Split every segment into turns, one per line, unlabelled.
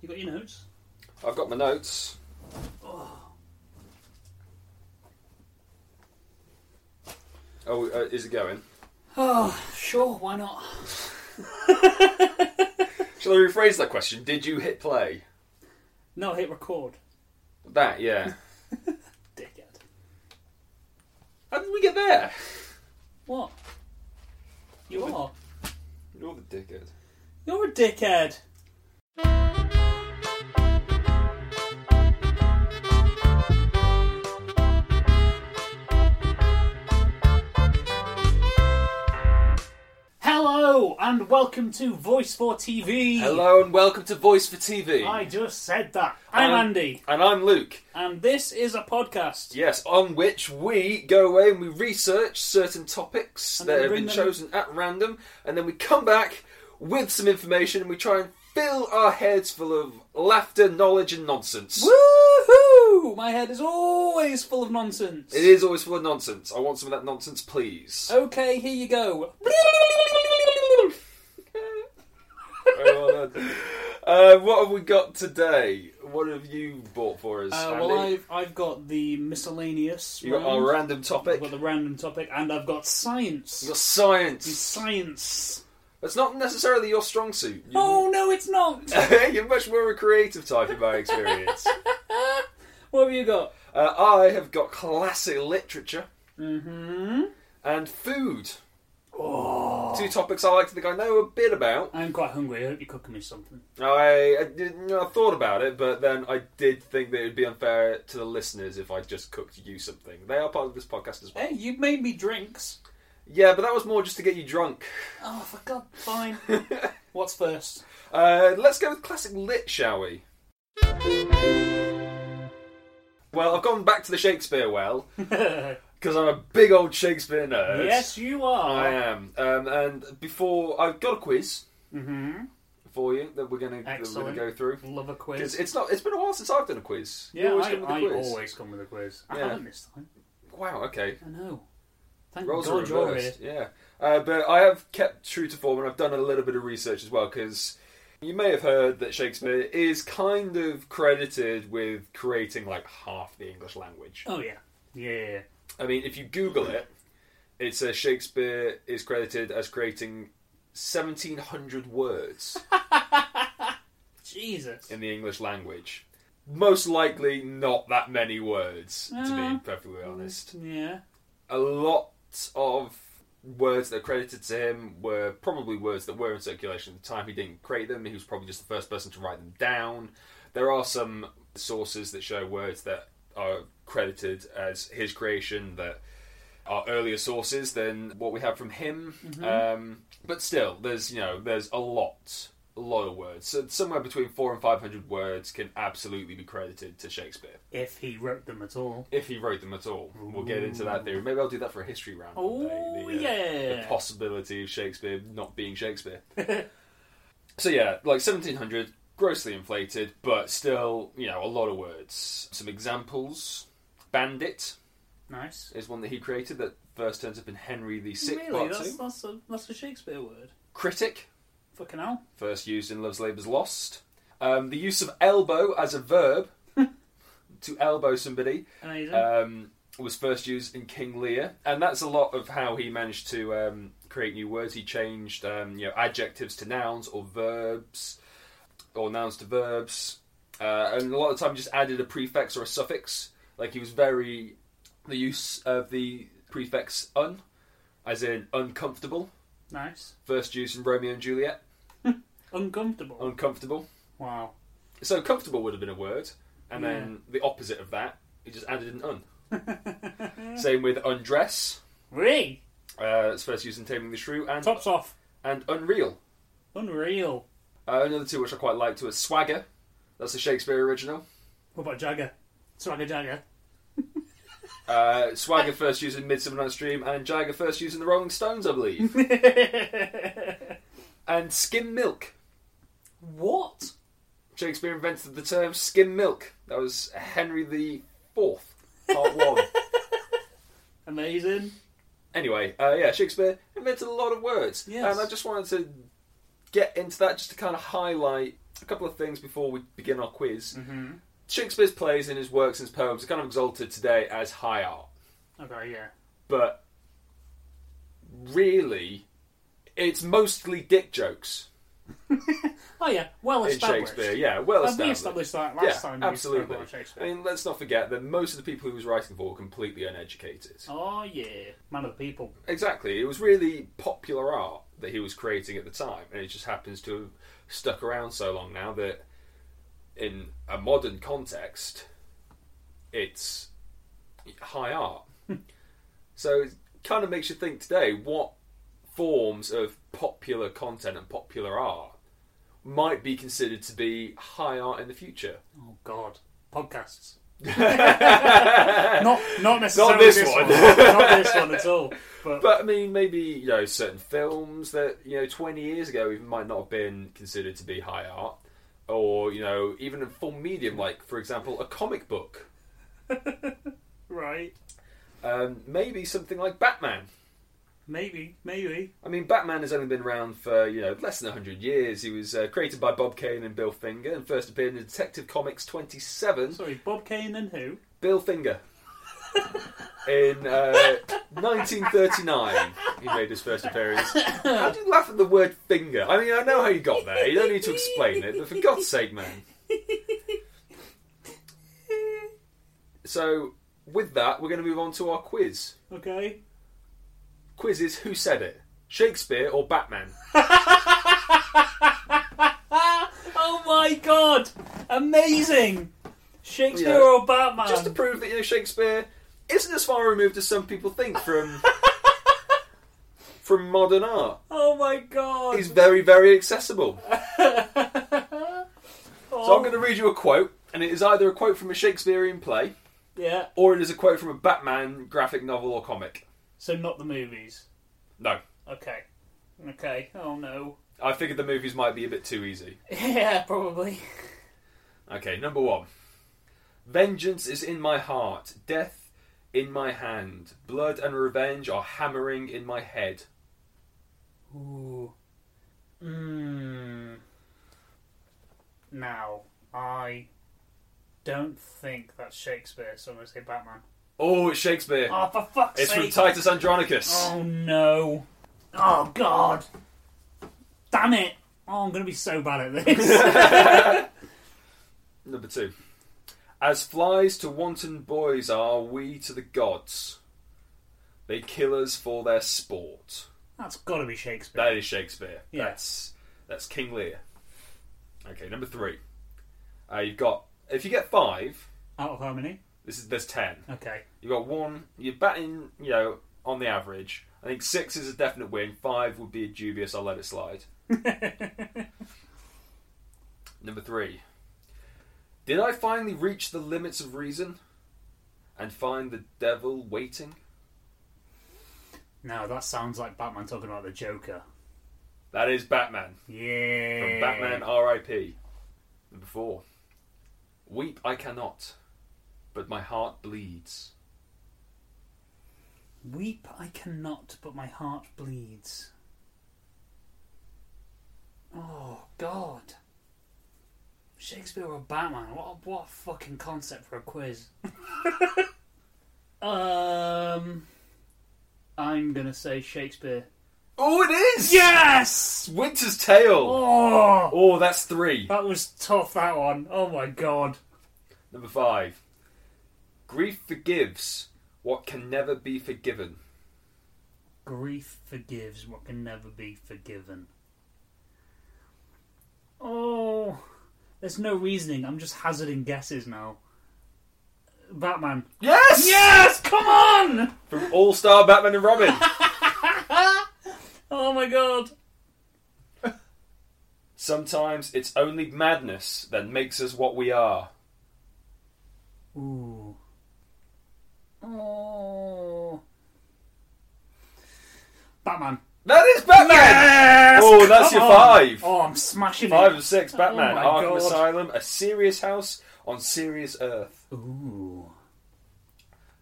You got your notes?
I've got my notes. Oh, uh, is it going?
Oh, sure, why not?
Shall I rephrase that question? Did you hit play?
No, hit record.
That, yeah.
Dickhead.
How did we get there?
What? You are.
You're the dickhead.
You're a dickhead. Hello and welcome to Voice for TV.
Hello and welcome to Voice for TV.
I just said that. I'm
Um,
Andy,
And I'm Luke.
and this is a podcast.
Yes, on which we go away and we research certain topics
And then
that
we
have
bring
been
them-
chosen at random, and then we come back with some information and we try and fill our heads full of laughter, knowledge, and nonsense.
Woohoo! My head is always full of nonsense.
It is always full of nonsense. I want some of that nonsense, please.
Okay, here you go. Uh,
Oh, well done. uh, what have we got today? What have you bought for us?
Uh,
Andy?
well, I've, I've got the miscellaneous.
you got
round.
our random topic.
I've got the random topic, and I've got science.
You got science.
Science.
It's not necessarily your strong suit. You-
Oh no, it's not.
You're much more a creative type in my experience.
what have you got?
uh, I have got classic literature
Mm-hmm.
and food.
Oh,
Two topics I like to think I know a bit about.
I'm quite hungry. I hope you're cooking me something.
I, I, did, I thought about it, but then I did think that it would be unfair to the listeners if I just cooked you something. They are part of this podcast as well.
Hey, you made me drinks.
Yeah, but that was more just to get you drunk.
Oh, for God, fine. What's first?
Uh, let's go with classic lit, shall we? Well, I've gone back to the Shakespeare well
yes,
because I'm a big old Shakespeare nerd.
you
I
are.
am. Um, and before I've got a quiz
Mm-hmm.
for you that we're going to
Excellent.
go through
Love a
because
quiz.
it's not. It's been a while since I've done a quiz. You
Yeah,
always
I,
come with a
I
quiz.
always come with a quiz. I
Yeah.
haven't this time.
Wow. Okay.
I know. Thank
Roles are
God you're here.
reversed. Yeah. Uh, but I have kept true to form and I've done a little bit of research as well because you may have heard that Shakespeare is kind of credited with creating like half the English language.
Oh yeah, yeah. yeah, yeah.
I mean, if you Google it, it says Shakespeare is credited as creating 1700 words
Jesus.
in the English language. Most likely not that many words, to
Uh,
be perfectly honest.
Yeah.
a lot of words that are credited to him were probably words that were in circulation at the time. He didn't create them, he was probably just the first person to write them down. There are some sources that show words that are credited as his creation that are earlier sources than what we have from him. Um, but still, there's you know there's a lot, a lot of words. So somewhere between four and five hundred words can absolutely be credited to Shakespeare
If he wrote them at all.
if he wrote them at all. We'll get into that theory. Maybe I'll do that for a history round. one
Oh
day, the, uh, The
yeah.
possibility of Shakespeare not being Shakespeare. so yeah, like 1700, grossly inflated, but still, you know, a lot of words. Some examples: bandit
nice.
is one that he created that first turns up in Henry VI.
Really,
Part
that's
Two.
that's a, that's a Shakespeare word.
Critic,
Fucking hell.
first used in Love's Labour's Lost. Um, the use of elbow as a verb to elbow somebody
Amazing.
um, was first used in King Lear, and that's a lot of how he managed to um, create new words. He changed, um, you know, adjectives to nouns or verbs, or nouns to verbs, uh, and a lot of the time just added a prefix or a suffix. Like he was very the use of the prefix un, as in uncomfortable.
nice.
First used in Romeo and Juliet,
Uncomfortable.
uncomfortable.
wow.
So comfortable would have been a word, and then the opposite of that, he just added an un. Same with undress.
Really?
Uh, it's first used in Taming the Shrew and
Tops off.
and Unreal.
Unreal.
Uh, another two which I quite liked was Swagger. That's a Shakespeare original.
What about Jagger? Swagger Jagger.
Uh, Swagger first used in Midsummer Night's Dream and Jagger first used in The Rolling Stones, I believe. and skim milk.
what?
Shakespeare invented the term skim milk. That was Henry the Fourth, Part One.
Amazing.
Anyway, uh, yeah, Shakespeare invented a lot of words,
Yes.
and I just wanted to get into that just to kind of highlight a couple of things before we begin our quiz.
Mm-hmm.
Shakespeare's plays and his works and his poems are kind of exalted today as high art,
Okay, yeah.
but really, it's mostly dick jokes
Oh yeah, well
in
established.
Shakespeare. Yeah, well
And we
established.
established that last
Yeah,
time. we
absolutely.
spoke about
I
Shakespeare.
mean, let's not forget that most of the people he was writing for were completely uneducated.
Oh yeah, man of the people.
Exactly. It was really popular art that he was creating at the time, and it just happens to have stuck around so long now that in a modern context, it's high art. so it kind of makes you think today what forms of popular content and popular art might be considered to be high art in the future.
Oh god, podcasts.
but
Not not necessarily
this
one.
one.
not this one at all. But,
I mean, maybe you know certain films that you know twenty years ago even might not have been considered to be high art, or you know even a full medium like, for example, a comic book.
right,
Um, maybe something like Batman.
maybe, maybe.
I mean, Batman has only been around for you know less than hundred years. He was uh, created by Bob Kane and Bill Finger, and first appeared in Detective Comics twenty seven.
Sorry, Bob Kane and who?
Bill Finger. In uh, 1939, he made his first appearance. How do you laugh at the word finger? I mean, I know how you got there. You don't need to explain it, but for God's sake, man. So, with that, we're going to move on to our quiz.
Okay.
Quiz is who said it? Shakespeare or Batman?
Oh my god! Amazing! Shakespeare
Yeah.
or Batman?
Just to prove that you know Shakespeare isn't as far removed as some people think from from modern art.
Oh my god!
He's very, very accessible. So
Oh,
I'm going to read you a quote, and it is either a quote from a Shakespearean play
Yeah.
or it is a quote from a Batman graphic novel or comic.
So not the movies.
No,
Okay. Okay. Oh no.
I figured the movies might be a bit too easy.
Yeah, probably.
Okay, number one. Vengeance is in my heart, death in my hand, blood and revenge are hammering in my head.
Ooh. Mmm. Now, I don't think that's Shakespeare, so I'm going to say Batman.
Oh, it's Shakespeare.
Oh, for fuck's
it's from
sake!
Titus Andronicus.
oh no. Oh god. Damn it. Oh, I'm going to be so bad at this.
Number two. As flies to wanton boys are we to the gods. They kill us for their sport.
that's got to be Shakespeare.
That is Shakespeare.
Yeah.
That's that's King Lear. Okay, number three. Uh, you've got if you get five,
Out of how many?
this is there's ten.
Okay.
You've got one. You're batting, you know, on the average. I think six is a definite win. Five would be a dubious. I'll let it slide. Number three. Did I finally reach the limits of reason, and find the devil waiting?
Now, that sounds like Batman talking about the Joker.
That is Batman.
Yeah.
From Batman R.I.P. Number four. Weep I cannot, but my heart bleeds.
Weep I cannot, but my heart bleeds. Oh God! Shakespeare or Batman? What a, what a fucking concept for a quiz. um, I'm gonna say Shakespeare.
Oh, it is!
Yes!
Winter's Tale!
Oh,
Oh, that's three.
that was tough. That one. Oh my God!
Number five. Grief forgives what can never be forgiven.
Grief forgives what can never be forgiven. Oh, there's no reasoning. I'm just hazarding guesses now. Batman.
Yes!
Yes! Come on!
From All Star Batman and Robin.
Oh my god.
Sometimes it's only madness that makes us what we are.
Ooh. Oh. Batman.
That is Batman! Oh, that's
Come
your
on.
five.
Oh, I'm smashing
Five
it.
of six, Batman,
Oh my
Arkham
God.
Asylum, a serious house on serious earth.
Ooh.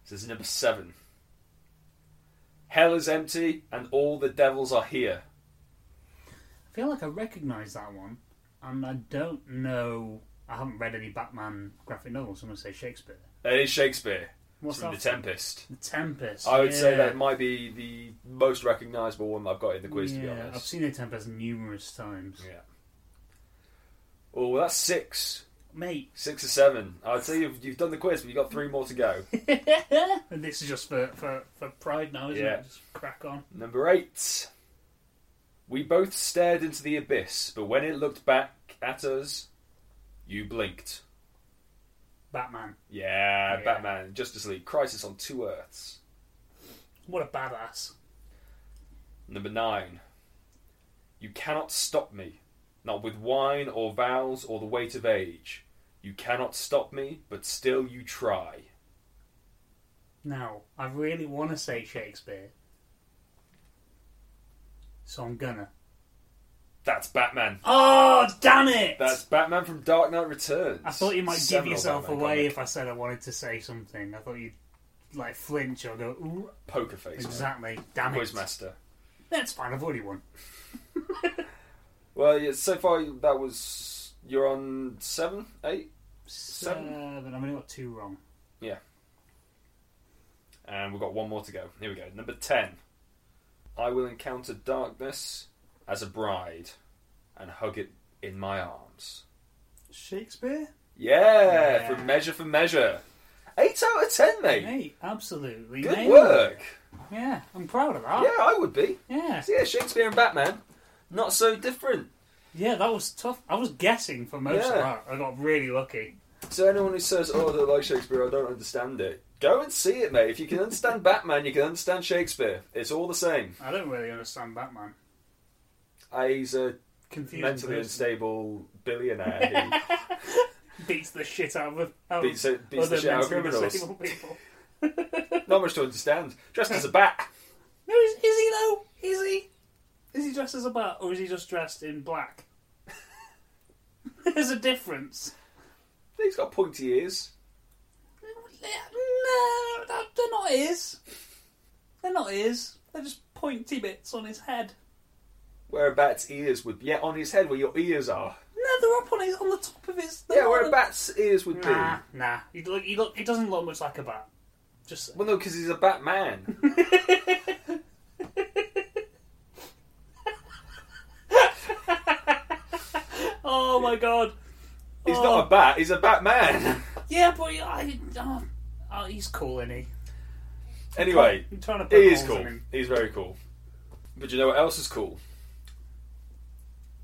So this is number seven. Hell is empty and all the devils are here.
I feel like I recognise that one, and I don't know. I haven't read any Batman graphic novels. so I'm going to say Shakespeare.
It is Shakespeare.
What's
from
that?
The Tempest.
The Tempest.
I would say
yeah.
that might be the most recognisable one I've got in the quiz, to be
Yeah,
honest.
I've seen The Tempest numerous times.
Yeah. Oh, well, that's six.
Mate,
Six or seven. I'd say you've, you've done the quiz, but you've got three more to go.
and this is just for, for, for pride now, isn't
Yeah.
it? Just crack on.
Number eight. We both stared into the abyss, but when it looked back at us, you blinked.
Batman.
Yeah,
Yeah.
Batman, Justice League, Crisis on Two Earths.
What a badass.
Number nine. You cannot stop me, not with wine or vows or the weight of age. You cannot stop me, but still you try.
Now, I really want to say Shakespeare. So I'm gonna.
That's Batman.
Oh, damn it!
That's Batman from Dark Knight Returns.
I thought you might give
Seminal
yourself
Batman
away
comic.
if I said I wanted to say something. I thought you'd like flinch or go, Ooh,
Poker face.
exactly,
man.
damn it.
Quizmaster.
That's fine, I've already won.
Well, yeah, so far that was you're on seven, eight,
Seven. I've only got two wrong.
and we've got one more to go. Here we go. Number ten. I will encounter darkness as a bride, and hug it in my arms.
Shakespeare?
Yeah,
Yeah.
from Measure for Measure. Eight out of ten, mate.
Mate, absolutely.
Good
nailed it.
work.
Yeah, I'm proud of that.
Yeah, I would be.
Yeah.
So, yeah, Shakespeare and Batman, not so different.
Yeah, that was tough. I was guessing for most of
Yeah.
that. I got really lucky.
So anyone who says, "Oh, they like Shakespeare," I don't understand it. Go and see it, mate. If you can understand Batman, you can understand Shakespeare. It's all the same.
I don't really understand Batman.
Uh, He's a
Confusing
mentally
person.
unstable billionaire
beats the shit out of out
who beats,
of
it- beats
other
the shit out of
mentally
criminals.
disabled people.
Not much to understand. Dressed as a bat.
No, is, is he though? Is he? Is he dressed as a bat, or is he just dressed in black? There's a difference.
He's got pointy ears.
No, that- they're not his. They're not his. They're just pointy bits on his head.
Where a bat's ears would be. Yeah, on his head where your ears are.
No, they're up on his on the top of his. they're
Yeah,
not
where
on-
a bat's ears would be.
Nah, nah. He look, he look, he doesn't look much like a bat. Just
Well, no, because he's a Batman.
oh my god.
He's
Oh.
not a bat, he's a Batman.
Yeah, but he- I, oh, oh, he's cool, isn't he?
anyway,
I'm trying to put
he is
holes
cool.
in him.
He's very cool. But you know what else is cool?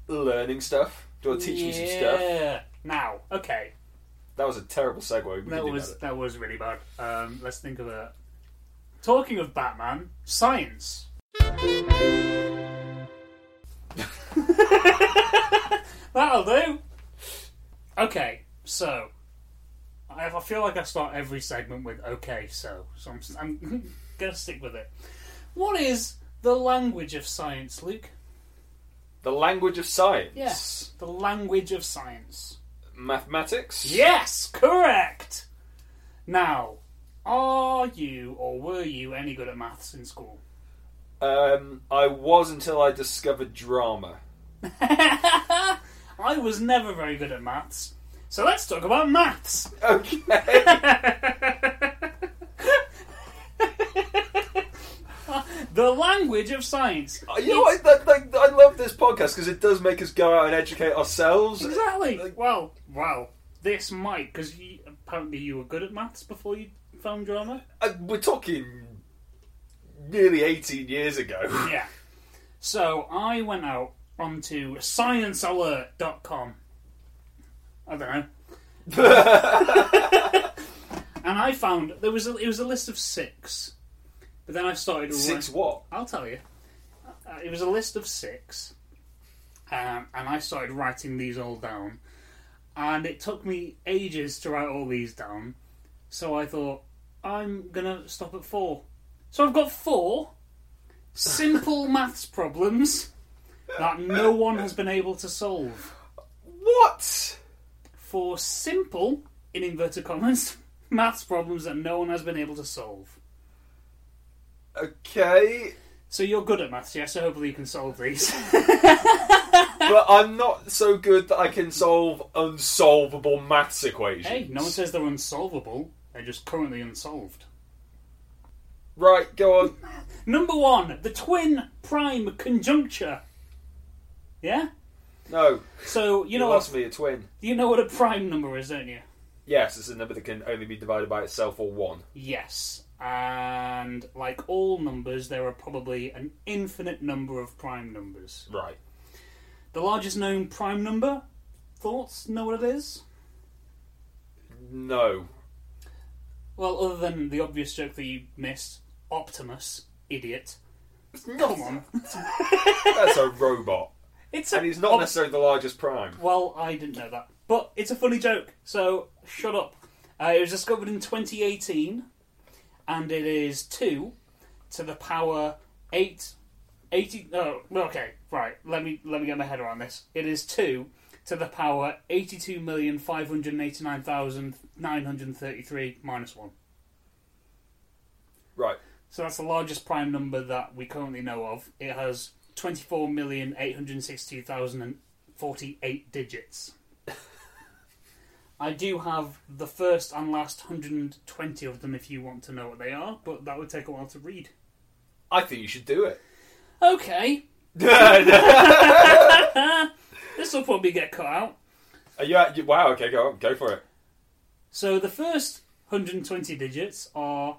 Learning stuff. Do you want to teach me some stuff?
Yeah. Now, okay.
That was a terrible segue. We can
that
do
was
better.
that was really bad. Um, let's think of a. Talking of Batman, science. That'll do. Okay, so I, have, I feel like I start every segment with "okay, so," so I'm, I'm gonna stick with it. What is the language of science, Luke?
The language of science.
Yes, the language of science.
Mathematics.
Yes, correct. Now, are you or were you any good at maths in school?
Um, I was until I discovered drama.
I was never very good at maths. So let's talk about maths.
Okay.
The language of science.
you know, I, that, like, I love this podcast because it does make us go out and educate ourselves.
Exactly.
Like-
Well, well, this might because apparently you were good at maths before you found drama.
And Uh, we're talking nearly 18 years ago.
Yeah. So I went out onto sciencealert.com. I don't know. and I found there was a, it was a list of six, but then I started.
Six what?
I'll tell you. Uh, it was a list of six, um, and I started writing these all down. And it took me ages to write all these down, so I thought I'm gonna stop at four. So I've got four simple maths problems that no one has been able to solve.
What?
Four simple, in inverted commas, maths problems that no one has been able to solve.
Okay.
So you're good at maths, yes? So hopefully you can solve these.
but I'm not so good that I can solve unsolvable maths equations.
Hey, no one says they're unsolvable. They're just currently unsolved.
Right, go on.
Number one, the twin prime conjuncture. Yeah.
No,
So you
you
know
asked
what
me a twin.
you know what a prime number is, don't you?
Yes, it's a number that can only be divided by itself or one.
Yes. And like all numbers, there are probably an infinite number of prime numbers.
Right.
The largest known prime number. Thoughts? Know what it is?
No.
Well, other than the obvious joke that you missed, Optimus, idiot. Come on.
That's a robot.
It's a,
And he's not
Op-
necessarily the largest prime.
Well, I didn't know that. But it's a funny joke, so shut up. Uh, it was discovered in 2018, and it is 2 to the power 8. 80, oh, okay, right. Let me let me get my head around this. It is two to the power eighty-two million five hundred eighty-nine thousand nine hundred thirty-three minus one.
Right.
So that's the largest prime number that we currently know of. It has 24,862,048 digits. I do have the first and last 120 of them if you want to know what they are, but that would take a while to read.
I think you should do it.
Okay,
Are
this will probably get cut out.
you, at- you- wow, okay, go on, go for it.
So the first 120 digits are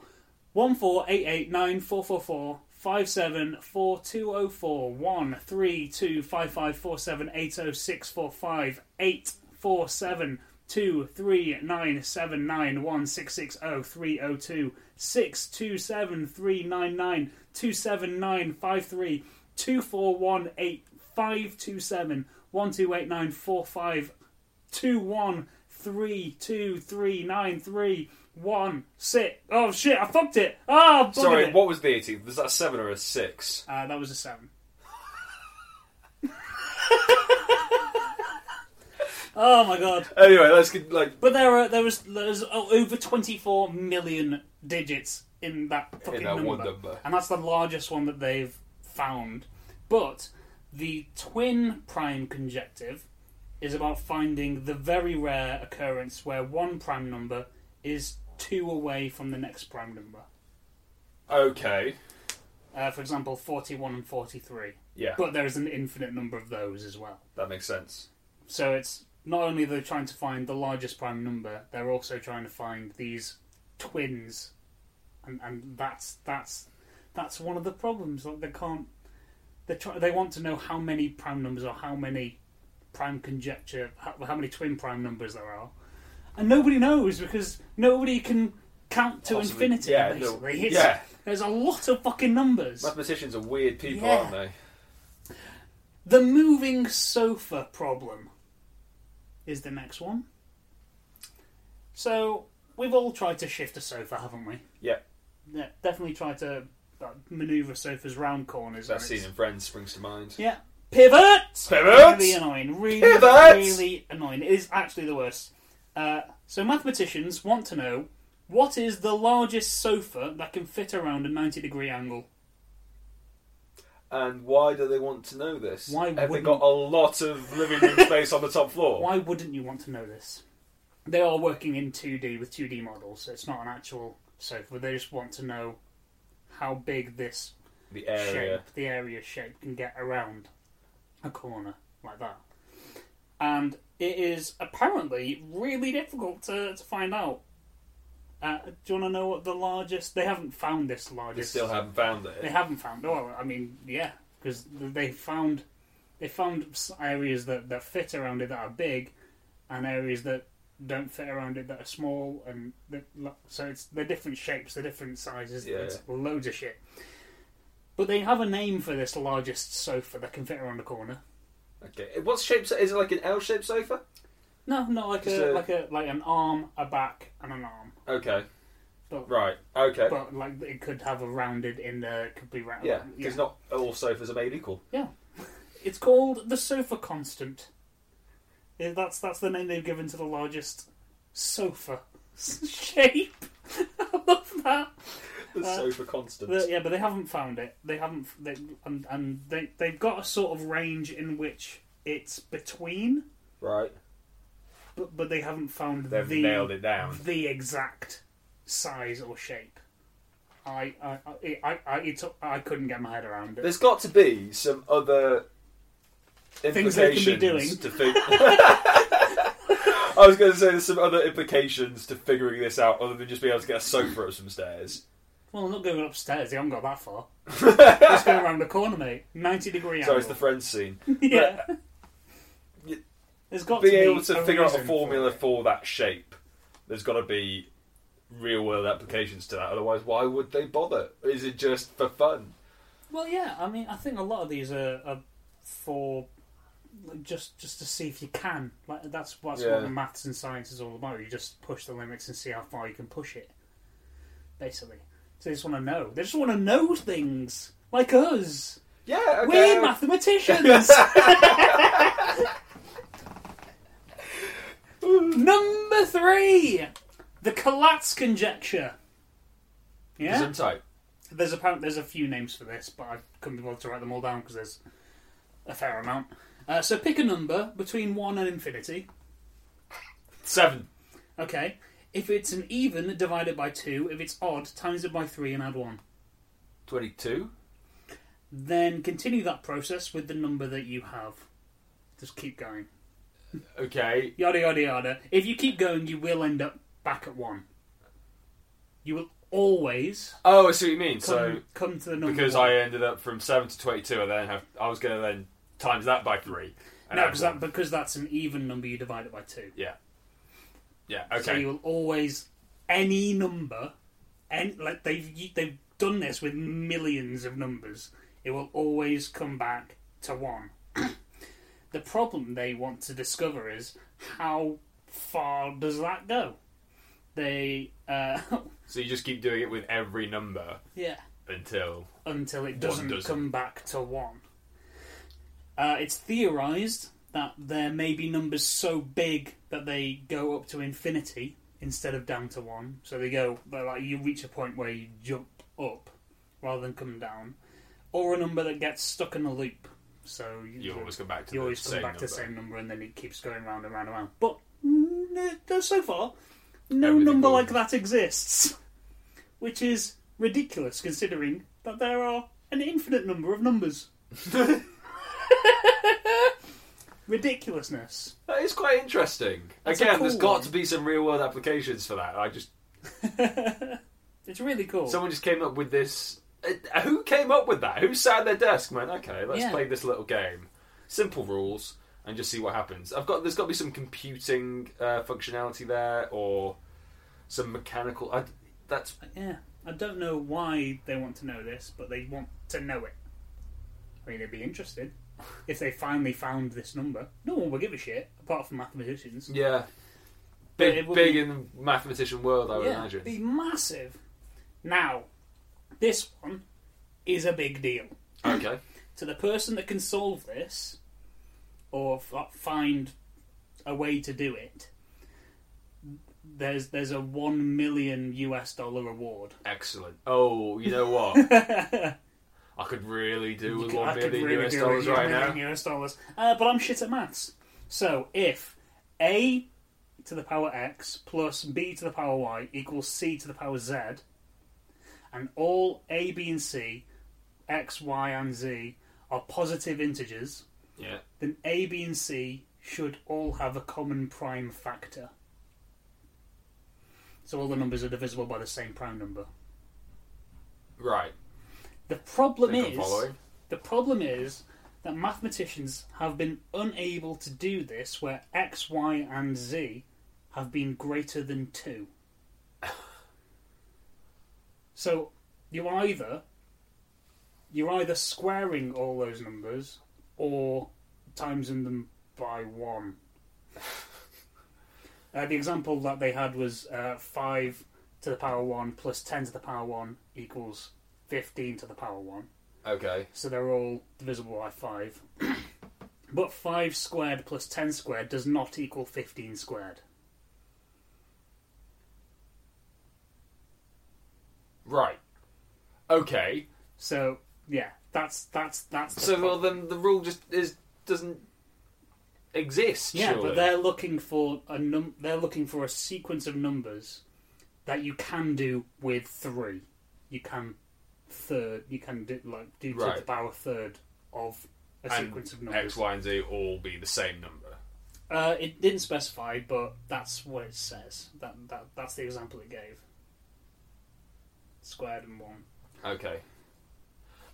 14889444574204132554780 oh oh two one three two three nine three one six. Oh shit! I fucked it. Ah, buggered
Sorry,
it.
what was the 18th? Was that a 7 or a 6?
Uh, that was a seven. oh my god!
Anyway, let's get, like,
But there are there was there's oh, over twenty four million digits in that fucking
that
number.
one number.
and that's the largest one that they've found. But the twin prime conjective is about finding the very rare occurrence where one prime number is two away from the next prime number.
okay.
Uh, for example, forty-one and forty-three.
Yeah,
But there is an infinite number of those as well.
that makes sense.
So it's not only they're trying to find the largest prime number, they're also trying to find these twins, and and that's that's that's one of the problems. Like they can't they try, they want to know how many prime numbers or how many prime conjecture how, how many twin prime numbers there are, and nobody knows because nobody can count to
Possibly-
infinity.
yeah, no-
basically, It's-
yeah.
there's a lot of fucking numbers.
Mathematicians are weird people,
Yeah.
aren't they?
The moving sofa problem is the next one. So we've all tried to shift a sofa, haven't we?
Yeah.
Yeah, definitely tried to uh, maneuver sofas round corners.
That
and
scene
it's-
in Friends springs to mind.
Yeah, pivot.
Pivot!
Really annoying. Really,
Pivot!
really annoying. It is actually the worst. Uh, so mathematicians want to know what is the largest sofa that can fit around a ninety degree angle.
And why do they want to know this?
Why
Have they
wouldn't-
got a lot of living room space on the top floor?
Why wouldn't you want to know this? They are working in 2D with 2D models, so it's not an actual sofa. They just want to know how big this
The area.
shape, the area shape, can get around a corner like that. And it is apparently really difficult to, to find out. Uh, do you want to know what the largest? They haven't found this
They
largest.
still haven't found it.
They haven't found. Well, I mean, yeah, because they found they found s- areas that that fit around it that are big, and areas that don't fit around it that are small, and that, lo- so it's they're different shapes, they're different sizes,
Yeah.
it's loads of shit. But they have a name for this largest sofa that can fit around the corner.
Okay, what shape is it? Like an L-shaped sofa?
No, not like
It's
a,
a-
like a like an arm, a back, and an arm.
Okay,
But,
right. Okay,
but like it could have a rounded in the could be round.
yeah, because not all sofas are made equal.
It's called the sofa constant. Yeah, That's that's the name they've given to the largest sofa shape. I love that.
The
Uh,
sofa constant.
But, yeah, but they haven't found it. They haven't. They, and and they they've got a sort of range in which it's between,
Right.
but but they haven't found
They've
the
nailed it down.
the exact size or shape. I I I I, I, it took, I couldn't get my head around it.
There's got to be some other
Things they can be
implications to fig- I was going to say there's some other implications to figuring this out other than just being able to get a sofa up some stairs.
Well, I'm not going upstairs. I haven't got that far. Just going around the corner, mate. Ninety degree
So
angle.
it's the Friends scene.
yeah.
y-
There's got
being
to be
able to
a
figure out a
reason
formula
for it.
for that shape, there's got to be real world applications to that. Otherwise, why would they bother? Is it just for fun?
Well, yeah. I mean, I think a lot of these are, are for like, just just to see if you can. Like that's that's
Yeah.
what the maths and science is all about. You just push the limits and see how far you can push it. Basically, so they just want to know. They just want to know things like us.
Yeah, okay.
We're mathematicians. Number three, the Kalatz conjecture. Yeah,
Gesundheit.
there's apparent there's a few names for this, but I couldn't be bothered to write them all down because there's a fair amount. Uh, so pick a number between one and infinity.
Seven.
Okay, if it's an even, divide it by two. If it's odd, times it by three and add one.
Twenty-two.
Then continue that process with the number that you have. Just keep going.
Okay.
yada yada yada. If you keep going, you will end up back at one. You will always
Oh, I see what you
come,
mean. So
come to the number
because
one.
I ended up from seven to twenty-two, I then have I was going to then times that by three. and
no,
add
because,
one.
that, because that's an even number. You divide it by two.
yeah,
So
okay,
you will always any number, and like they've you- they've done this with millions of numbers. It will always come back to one. the problem they want to discover is how far does that go? They uh,
so you just keep doing it with every number
yeah.
until
until it doesn't,
doesn't.
come back to one. Uh, it's theorized that there may be numbers so big that they go up to infinity instead of down to one. So they go, they're like you reach a point where you jump up rather than come down, or a number that gets stuck in a loop. So you,
you always come back to
you
the
always come
same
back to
number.
the same number, and then it keeps going round and round and round. But n- no- so far, no
Everything
number
will-
like that exists, which is ridiculous considering that there are an infinite number of numbers. Ridiculousness.
That is quite interesting.
That's a
Again,
cool
there's got
one.
to be some real world applications for that. I just
It's really cool.
someone just came up with this. uh, Who came up with that? Who sat at their desk and went, "Okay, let's
Yeah.
play this little game, simple rules, and just see what happens." I've got there's got to be some computing uh, functionality there or some mechanical. I, that's
yeah, I don't know why they want to know this, but they want to know it. I mean, they'd be interested if they finally found this number. No one will give a shit apart from mathematicians.
yeah,
But
big
it would
big
be-
in the mathematician world. I would
yeah,
imagine.
be massive. Now, this one is a big deal.
Okay,
So the person that can solve this, or f- find a way to do it, there's there's a one million US dollar reward.
excellent. Oh, you know what?
You
I could really do with
could-
one
I could
million
really
US
do
dollars
with
right
one
now.
million US dollars, uh, but I'm shit at maths. So if a to the power x plus b to the power y equals c to the power z, and all a, b, and c, x, y, and z are positive integers.
Yeah.
then A, B, and C should all have a common prime factor. So all the numbers are divisible by the same prime number.
Right.
The problem
Think I'm
is
following.
the problem is that mathematicians have been unable to do this where x, y, and z have been greater than two. So you either you're either squaring all those numbers or timesing them by one. uh, the example that they had was uh, five to the power one plus ten to the power one equals fifteen to the power one.
Okay.
So they're all divisible by 5. but 5 squared plus 10 squared does not equal 15 squared.
Right. Okay.
So, yeah, that's that's that's the
So
pro-
well, then the rule just is doesn't exist.
Yeah,
surely.
but they're looking for a num. They're looking for a sequence of numbers that you can do with three. You can third. You can do like do to the
Right.
power third of a
And
sequence of numbers.
X, Y, and Z all be the same number.
Uh, it didn't specify, but that's what it says. That that that's the example it gave. Squared and one.
Okay.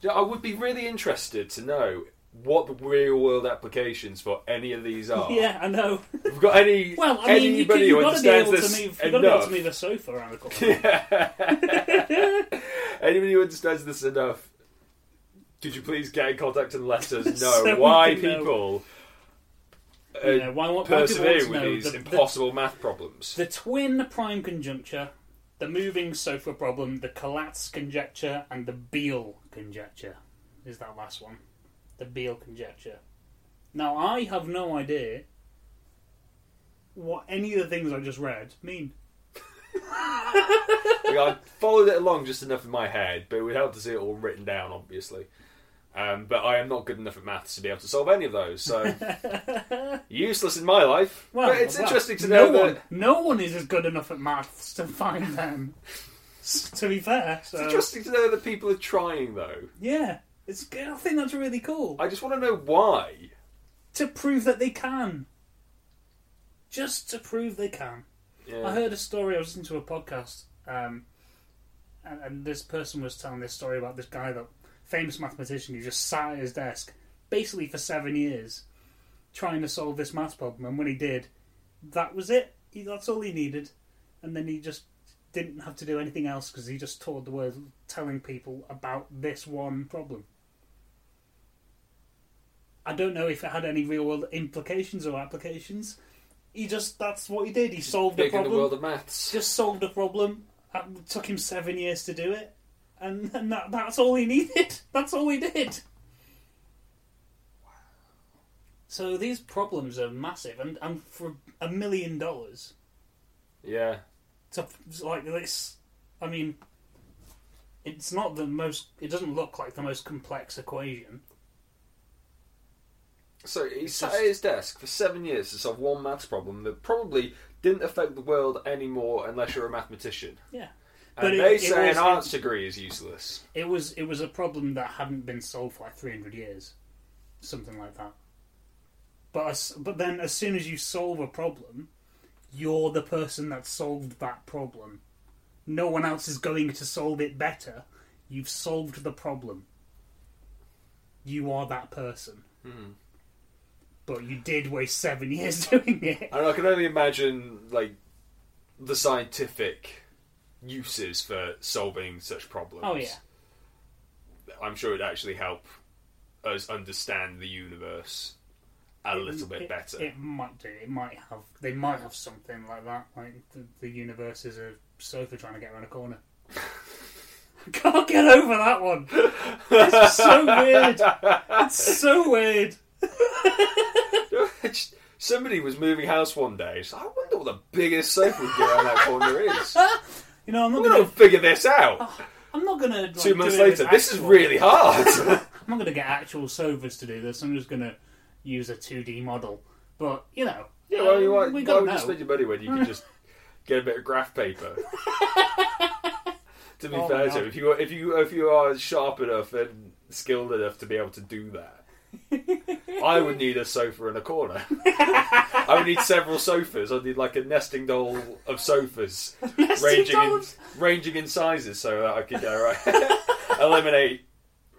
Yeah, I would be really interested to know what the real world applications for any of these are.
Yeah, I know.
We've got any
Well, I mean, you can,
Oh. anybody
you've
who
got to be
understands
able to
this
move. You've got to be able
enough.
to move a sofa around a couple. of
Anybody who understands this enough, could you please get in contact and let us know
So we
why
can know.
people uh,
You know, why, why do people want
persevere
to
with
know
these
the- the
impossible math problems?
The twin prime conjuncture, the moving sofa problem, the Kalatz conjecture, and the Beal conjecture is that last one. The Beal conjecture. Now, I have no idea what any of the things I just read mean.
Like, I followed it along just enough in my head, but it would help to see it all written down, obviously. Um, but I am not good enough at maths to be able to solve any of those, so useless in my life. but it's
well,
interesting to know
no
that
One, no one is as good enough at maths to find them. S- to be fair, so
it's interesting to know that people are trying though.
yeah, it's. I think that's really cool
I just want to know why.
to prove that they can. Just to prove they can.
Yeah.
I heard a story. I was listening to a podcast, um, and, and this person was telling this story about this guy, that famous mathematician, who just sat at his desk basically for seven years trying to solve this math problem. And when he did, that was it. He, that's all he needed, and then he just didn't have to do anything else because he just taught the world, telling people about this one problem. I don't know if it had any real world implications or applications. He just that's what he did. He solved the
Big in
problem
the world of maths.
just solved a problem. It took him seven years to do it, and, and that, that's all he needed. That's all he did. So these problems are massive, and, and for a million dollars
Yeah.
to like this, I mean, it's not the most. It doesn't look like the most complex equation.
So he
It's
sat
just-
at his desk for seven years to solve one maths problem that probably didn't affect the world anymore unless you're a mathematician.
Yeah,
And
But it-
they
it
say
was-
an arts degree is useless.
it was it was a problem that hadn't been solved for like 300 years something like that but as, but then as soon as you solve a problem you're the person that solved that problem no one else is going to solve it better you've solved the problem you are that person but you did waste 7 years doing it
And I can only imagine like the scientific uses for solving such problems.
oh yeah
I'm sure it'd actually help us understand the universe a little bit
it,
better.
It might do. It might have. They might have something like that. Like the, the universe is a sofa trying to get around a corner. I can't get over that one. It's so weird. It's so weird.
Somebody was moving house one day. So I wonder what the biggest sofa we get on that corner is.
You know, I'm not
I'm gonna
gonna.
figure this
Oh,
out.
I'm not gonna. Like,
Two months
do it with
later, this is
actual-
really hard.
I'm not gonna get actual sofas to do this. I'm just gonna use a 2D model. But you know, um,
yeah, well, you
we
why
got
would you spend your money when you can just get a bit of graph paper? to be
Oh,
fair
no.
to you, if you are- if you if you are sharp enough and skilled enough to be able to do that, I would need a sofa in a corner. I would need several sofas. I'd need like a nesting doll of sofas, ranging in,
dolls?
ranging in sizes, so that I could uh, eliminate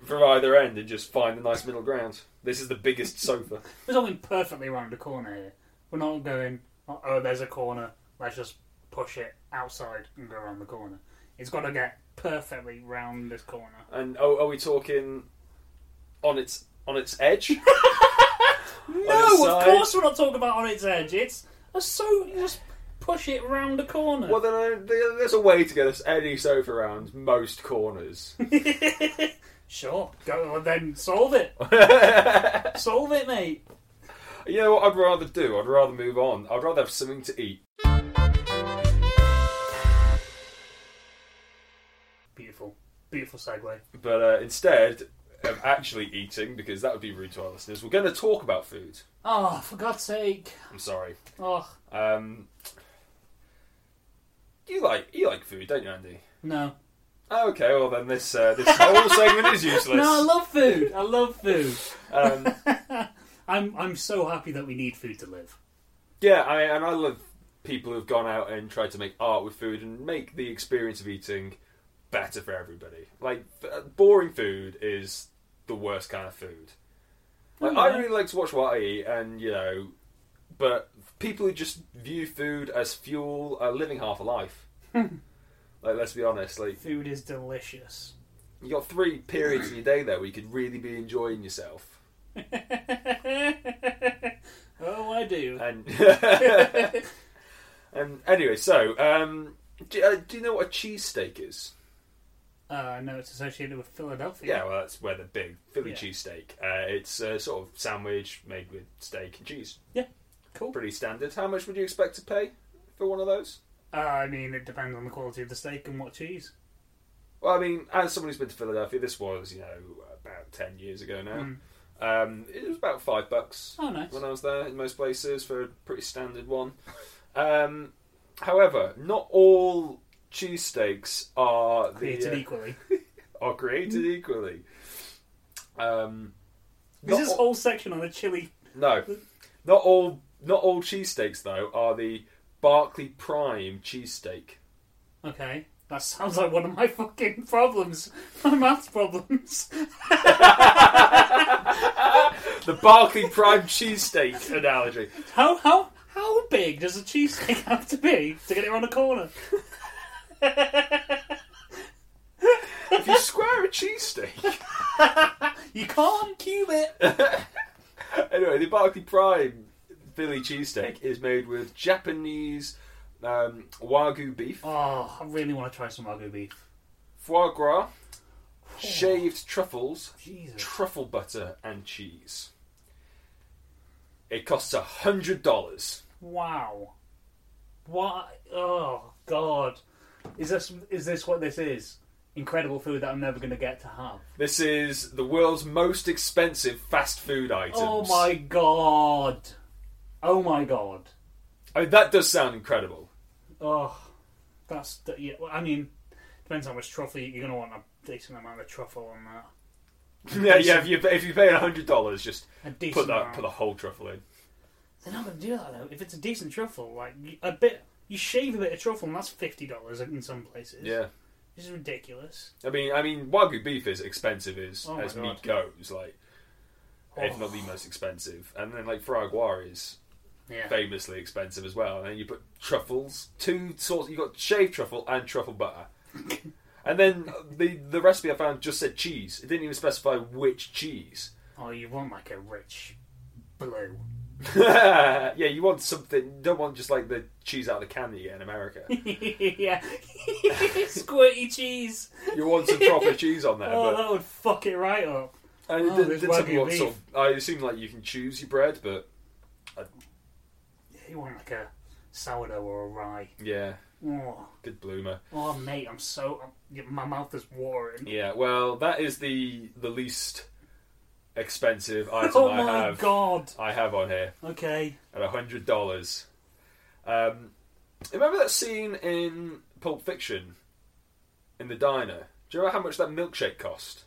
from either end and just find the nice middle ground. This is the biggest sofa.
We're talking perfectly round the corner here. We're not going, oh, oh, there's a corner, let's just push it outside and go around the corner. It's got to get perfectly round this corner.
And oh, are we talking on its on its edge? its
No, of
side?
course we're not talking about on its edge. It's a so just push it round the corner.
well, then uh, there- there's a way to get us any sofa around most corners.
sure, go well, then solve it. solve it, mate.
you know what I'd rather do? I'd rather move on. I'd rather have something to eat.
Beautiful, beautiful segue.
But uh, instead, of actually eating because that would be rude to our listeners. We're going to talk about food.
Oh, for God's sake.
I'm sorry.
Oh,
Um, you like you like food, don't you, Andy? Oh,
no.
Okay, well then this uh, this whole segment is useless.
No, I love food. I love food.
um,
I'm I'm so happy that we need food to live.
yeah, I and I love people who've gone out and tried to make art with food and make the experience of eating better for everybody. Like uh, boring food is the worst kind of food. Like
Oh,
I
yeah.
really like to watch what I eat, and you know, but people who just view food as fuel are living half a life. like let's be honest, like
Food is delicious.
You got three periods in your day there where you could really be enjoying yourself.
oh, I do.
And and anyway, so um, do, uh, do you know what a cheesesteak is?
Uh, I know it's associated with Philadelphia.
Yeah, well, that's where they're big. Philly
Yeah.
cheesesteak. Uh, it's a sort of sandwich made with steak and cheese.
Yeah, cool.
Pretty standard. How much would you expect to pay for one of those?
Uh, I mean, it depends on the quality of the steak and what cheese.
Well, I mean, as someone who's been to Philadelphia, this was you know about ten years ago now.
Mm.
Um, it was about five bucks.
Oh, nice.
when I was there in most places for a pretty standard one. Um, however, not all cheesesteaks are the,
Created
uh,
equally.
are created equally. Um,
This
not
is
all-
whole section on the chili.
no, not all not all cheesesteaks though are the Barclay Prime cheesesteak.
Okay, that sounds like one of my fucking problems. My math problems.
The Barclay Prime cheesesteak analogy.
How how how big does a cheesecake have to be to get it around a corner?
If you square a cheesesteak,
You can't cube it.
anyway, the Barclay Prime Philly cheesesteak is made with Japanese um, wagyu beef.
Oh, I really want to try some wagyu beef.
foie gras, shaved truffles,
Jesus.
truffle butter, and cheese. It costs a hundred dollars.
Wow. What? Oh God. Is this is this what this is? Incredible food that I'm never going to get to have.
This is the world's most expensive fast food items.
Oh my God. Oh my God.
I mean, that does sound incredible.
Oh, that's d- yeah. well, I mean, depends how much truffle you- you're going to want a decent amount of truffle on that.
yeah, yeah. If you if you pay a hundred dollars, just
A decent
put that
amount.
put the whole truffle in.
They're not going to do that though. If it's a decent truffle, like y- a bit, you shave a bit of truffle, and that's fifty dollars in some places.
Yeah.
this is ridiculous.
I mean, I mean, wagyu beef is expensive as
Oh my
as meat
God.
goes, like if
Oh.
not the most expensive. And then like foie gras is
Yeah,
famously expensive as well. And then you put truffles, two sorts. You got shaved truffle and truffle butter. and then the the recipe I found just said cheese. It didn't even specify which cheese.
oh, you want like a rich blue.
yeah, you want something. You don't want just like the cheese out of the can that you get in America.
yeah, squirty cheese.
You want some proper cheese on there.
Oh,
but
that would fuck it right up.
and it
oh,
didn't-
there's
didn't tell me
wagyu
what sort of- I assume like you can choose your bread, but
Yeah, you want like a sourdough or a rye.
yeah,
Oh,
good bloomer.
oh mate, I'm so I'm, my mouth is watering.
Yeah, well, that is the the least expensive item
Oh
I
my
have.
god.
I have on here.
Okay.
at a hundred dollars. Um, remember that scene in Pulp Fiction in the diner? Do you remember how much that milkshake cost?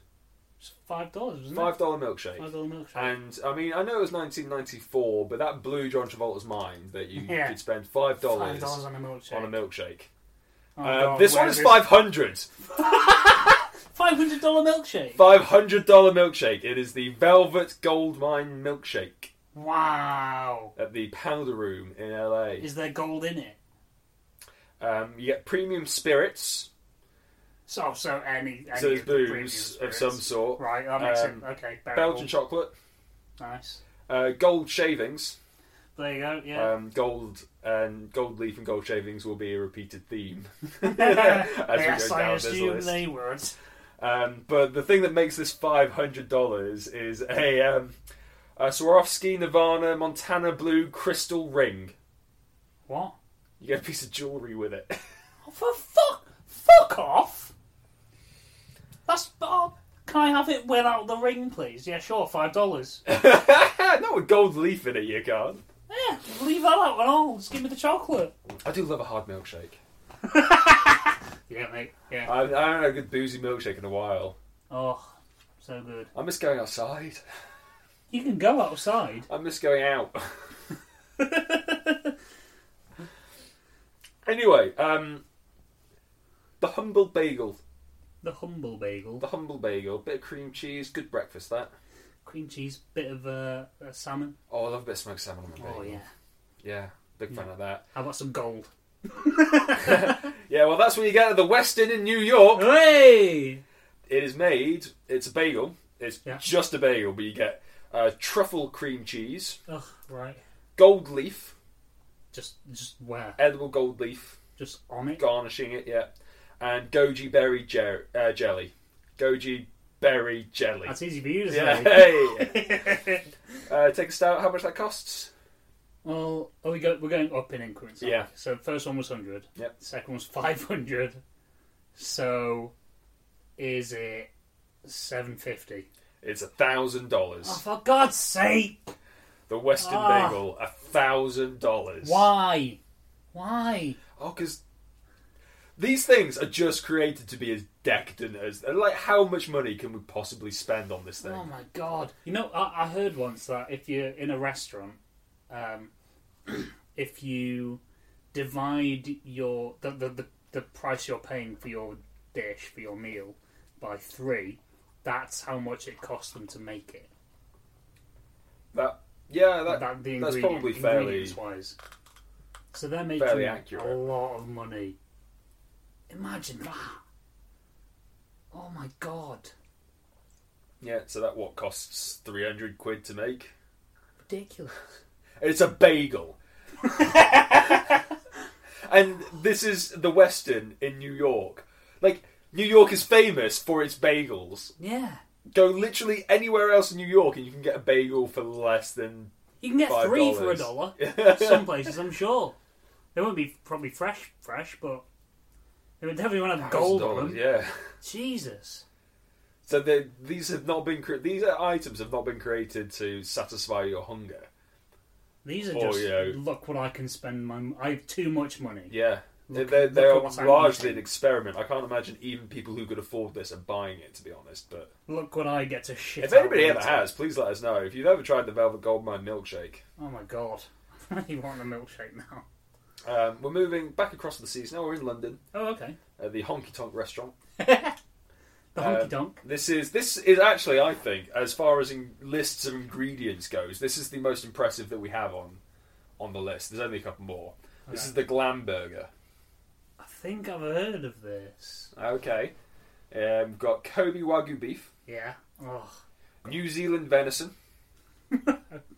It's five dollars, isn't
Five
it?
dollar milkshake.
Five dollar milkshake.
And I mean, I know it was 1994, but that blew John Travolta's mind that you
Yeah.
could spend five
Five
dollars
dollars on a milkshake.
on a milkshake.
Oh,
um,
God,
this one
where
is five hundred.
Five hundred dollar milkshake.
Five hundred dollar milkshake. It is the Velvet Goldmine milkshake
Wow.
at the Powder Room in LA.
Is there gold in it?
Um, you get premium spirits,
So, so any, any
so there's
of the premium
booze of
spirits.
some sort.
Right, that makes
Um,
sense. Okay, bearable.
Belgian chocolate,
Nice.
uh, gold shavings,
There you go. Yeah.
um, gold and gold leaf and gold shavings will be a repeated theme as we
yes,
go
I
down this
assume
list.
they would.
Um, but the thing that makes this five hundred dollars is a, um, a Swarovski Nirvana Montana Blue crystal ring.
What?
You get a piece of jewelry with it.
Oh, for fuck! Fuck off! That's oh, Can I have it without the ring, please? Yeah, sure, five dollars.
Not with gold leaf in it, you can't.
yeah, leave that out at all. Just give me the chocolate.
I do love a hard milkshake.
Yeah, mate. Yeah.
I, I haven't had a good boozy milkshake in a while.
Oh, so good.
I miss going outside.
You can go outside.
I miss going out. anyway, um, the humble bagel.
The humble bagel,
The humble bagel. Bit of cream cheese. Good breakfast, that.
cream cheese, bit of uh, uh, salmon.
Oh, I love a bit of smoked salmon on my bagel.
Oh yeah.
Yeah, big fan of that.
How about some gold?
Yeah, well, that's what you get at the West Inn in New York.
Hey.
It is made. It's a bagel. It's
Yeah.
just a bagel, but you get uh, truffle cream cheese,
Ugh, right.
gold leaf,
Just, just where?
edible gold leaf,
Just on it.
garnishing it. Yeah, and goji berry jer- uh, jelly. Goji berry jelly.
That's easy for you to
Yeah.
say.
Hey. uh, take a stout. How much that costs?
Well, are we go, we're going up in increments. aren't
Yeah.
we? So first one was hundred.
Yep.
Second one's five hundred. So, is it seven fifty?
It's a thousand
Oh,
dollars.
for God's sake!
The Western
Ah.
bagel, a thousand dollars.
Why? Why?
Oh, because these things are just created to be as decadent as. Like, how much money can we possibly spend on this thing?
Oh my god! You know, I, I heard once that if you're in a restaurant, um, if you divide your the, the the the price you're paying for your dish for your meal by three, that's how much it costs them to make it.
That, yeah, that,
that the
that's
ingredient-
probably fairly.
ingredients wise. So they're making
fairly
a
accurate.
lot of money. Imagine that. Oh my god.
Yeah, so that what costs 300 quid to make?
Ridiculous.
It's a bagel. and this is the Western in New York. Like, New York is famous for its bagels.
Yeah.
Go literally anywhere else in New York and you can get a bagel for less than.
You can get
Five
three for a dollar.
dollars.
Some places, I'm sure. They won't be probably fresh, fresh, but they would definitely want to have gold on them.
Yeah.
Jesus.
So the, these have not been cre- these items have not been created to satisfy your hunger.
These are
Oh,
just
yeah.
look what I can spend my. I have too much money.
Yeah,
Look-
they, they
look
are
at what I'm
largely
eating.
an experiment. I can't imagine even people who could afford this are buying it, to be honest. But
Look what I get to shit.
if
out
anybody ever
later.
has, please let us know. If you've ever tried the Velvet Goldmine milkshake,
oh my god, I really want a milkshake now.
um, we're moving back across the seas now. We're in London
Oh okay,
at the Honky Tonk Restaurant.
the
Um,
honky tonk.
This is this is actually, I think, as far as in lists of ingredients goes, this is the most impressive that we have on on the list. There's only a couple more. This
Okay.
is the Glam Burger.
I think I've heard of this.
Okay. Um, we've got Kobe Wagyu beef,
Yeah. Oh,
New Zealand venison,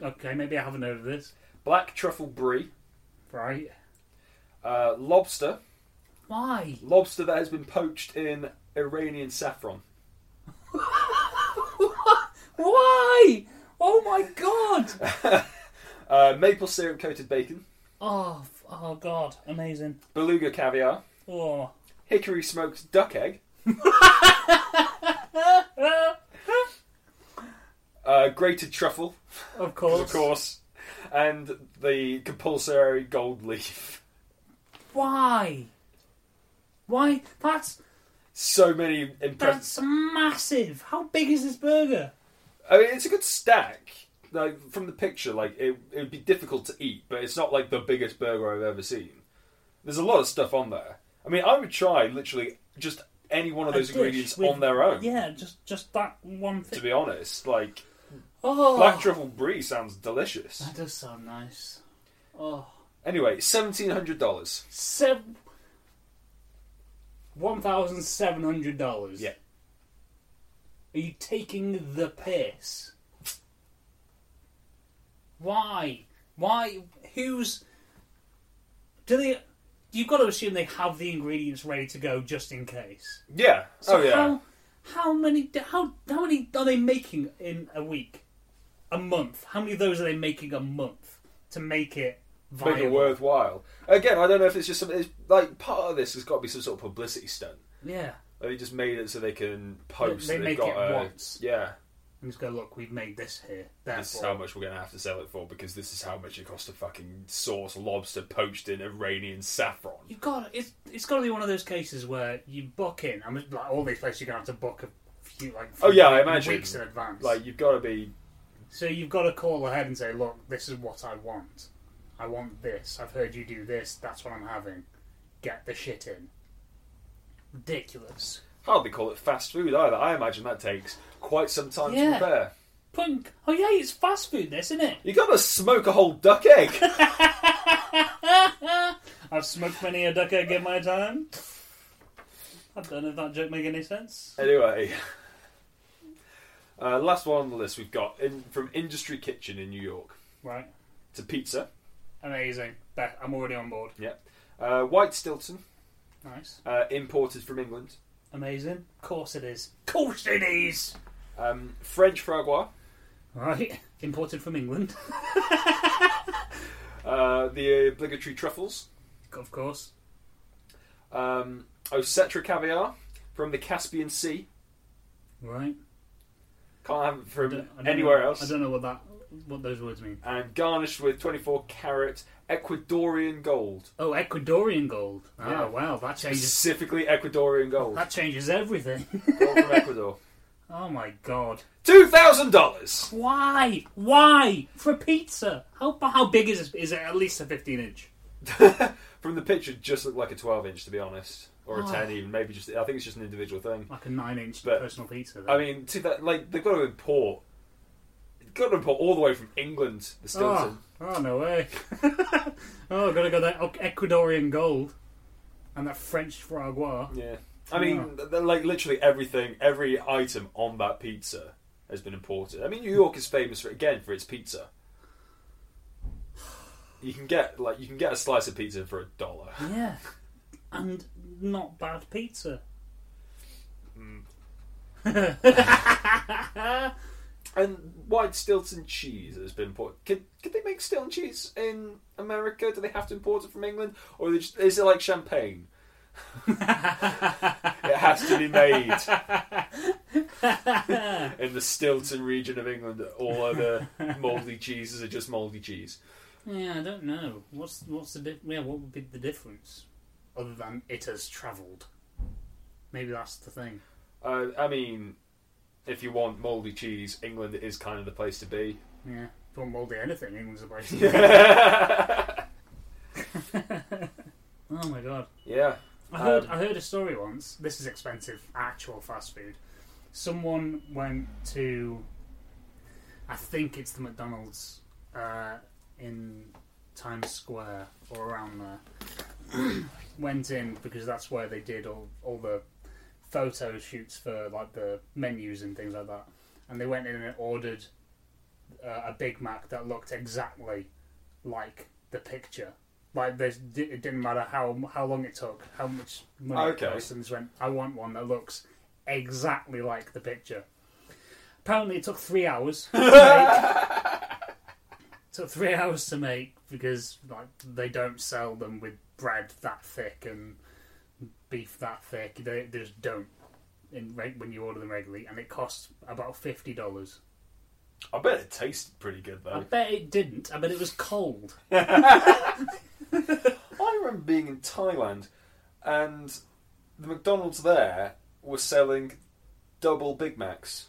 okay, maybe I haven't heard of this.
black truffle brie,
Right?
uh, lobster,
Why?
lobster that has been poached in Iranian saffron.
Why? Oh my god!
Uh, maple syrup coated bacon,
Oh, f- oh God, amazing.
beluga caviar,
Oh.
hickory smoked duck egg, uh, grated truffle,
Of
'cause
course.
of course, and the compulsory gold leaf.
Why? Why? That's
So many impressive.
that's massive. How big is this burger?
I mean, it's a good stack. Like from the picture, like it, it would be difficult to eat, but it's not like the biggest burger I've ever seen. There's a lot of stuff on there. I mean, I would try literally just any one of
A
those
dish
ingredients
with-
on their own.
Yeah, just just that one
To
thing.
be honest, like
Oh,
black truffle brie sounds delicious.
that does sound nice. Oh,
Anyway, seventeen hundred dollars.
seven. One thousand seven hundred dollars.
Yeah.
Are you taking the piss? Why? Why? Who's? Do they? You've got to assume they have the ingredients ready to go just in case.
Yeah.
So
oh yeah.
How, how many? How how many are they making in a week? A month? How many of those are they making a month to make it
Make it
viable?
worthwhile. Again, I don't know if it's just something. It's, like part of this has got to be some sort of publicity stunt.
Yeah.
They just made it so they can
They,
post.
they
that
make
they've
it
got a,
once
Yeah,
and just go, look, we've made this here.
this is how
Therefore,
much we're going to have to sell it for because this is how much it costs to fucking source lobster poached in Iranian saffron.
you got it's it's got to be one of those cases where you book in. I mean, like all these places, you're going to have to book a few like
Oh, yeah, I imagine.
weeks in advance.
Like you've got to be
So you've got to call ahead and say, look, this is what I want. I want this. I've heard you do this. That's what I'm having. Get the shit in. Ridiculous.
hardly call it fast food either. I imagine that takes quite some time
Yeah.
to prepare.
Punk. Oh yeah, it's fast food, this isn't it?
You got to smoke a whole duck egg.
I've smoked many a duck egg in my time. I don't know if that joke make any sense.
Anyway, uh, last one on the list we've got in, from Industry Kitchen in New York.
Right.
It's a pizza.
Amazing. Bet I'm already on board.
Uh, White Stilton,
Nice.
uh, imported from England.
Amazing. Course it is. Course it is.
Um, French Fragois,
Right. Imported from England.
uh, the obligatory truffles.
Of course.
Um, Ocetra caviar from the Caspian Sea.
Right.
Can't have it
I
from
don't- I don't
anywhere
know- I
else.
don't know what that what those words mean.
And garnished with 24 carat Ecuadorian gold.
Oh, Ecuadorian gold. Oh,
Yeah.
wow, that changes
Specifically Ecuadorian gold.
that changes everything.
gold from Ecuador.
oh my god.
$2,000!
Why? Why for a pizza? How how big is it? Is it at least a 15 inch?
From the picture, it just looked like a 12 inch, to be honest. Or a
Oh.
10 even. Maybe just, I think it's just an individual thing.
Like a 9 inch
But-
personal pizza. Then.
I mean, to that, like, they've got to import. Got to import all the way from England, the Stilton.
oh, oh no way. oh, gotta go that Ecuadorian gold and that French fragois.
Yeah. I mean, th- th- like literally everything, every item on that pizza has been imported. I mean, New York is famous for again for its pizza. You can get like you can get a slice of pizza for a dollar.
Yeah, and not bad pizza.
And white Stilton cheese has been imported. Could, could they make Stilton cheese in America? Do they have to import it from England, or they just, is it like champagne? it has to be made in the Stilton region of England. All other mouldy cheeses are just mouldy cheese.
Yeah, I don't know. What's what's the di- yeah? What would be the difference, other than it has travelled? Maybe that's the thing.
Uh, I mean, if you want mouldy cheese, England is kind of the place to be.
Yeah, don't mouldy anything. England's a place.
yeah.
oh my god!
Yeah.
I heard
Um,
I heard a story once. This is expensive actual fast food. Someone went to, I think it's the McDonald's uh, in Times Square or around there. went in because that's where they did all all the photo shoots for like the menus and things like that. And they went in and ordered uh, a Big Mac that looked exactly like the picture. Like this, it didn't matter how how long it took, how much money
Okay.
it cost, and just went. I want one that looks exactly like the picture. Apparently, it took three hours. To make. took three hours to make because like they don't sell them with bread that thick and beef that thick. They, they just don't in reg- when you order them regularly, and it costs about fifty dollars.
I bet it tasted pretty good
I
though.
bet it didn't. I bet it was cold.
I remember being in Thailand, and the McDonald's there was selling double Big Macs.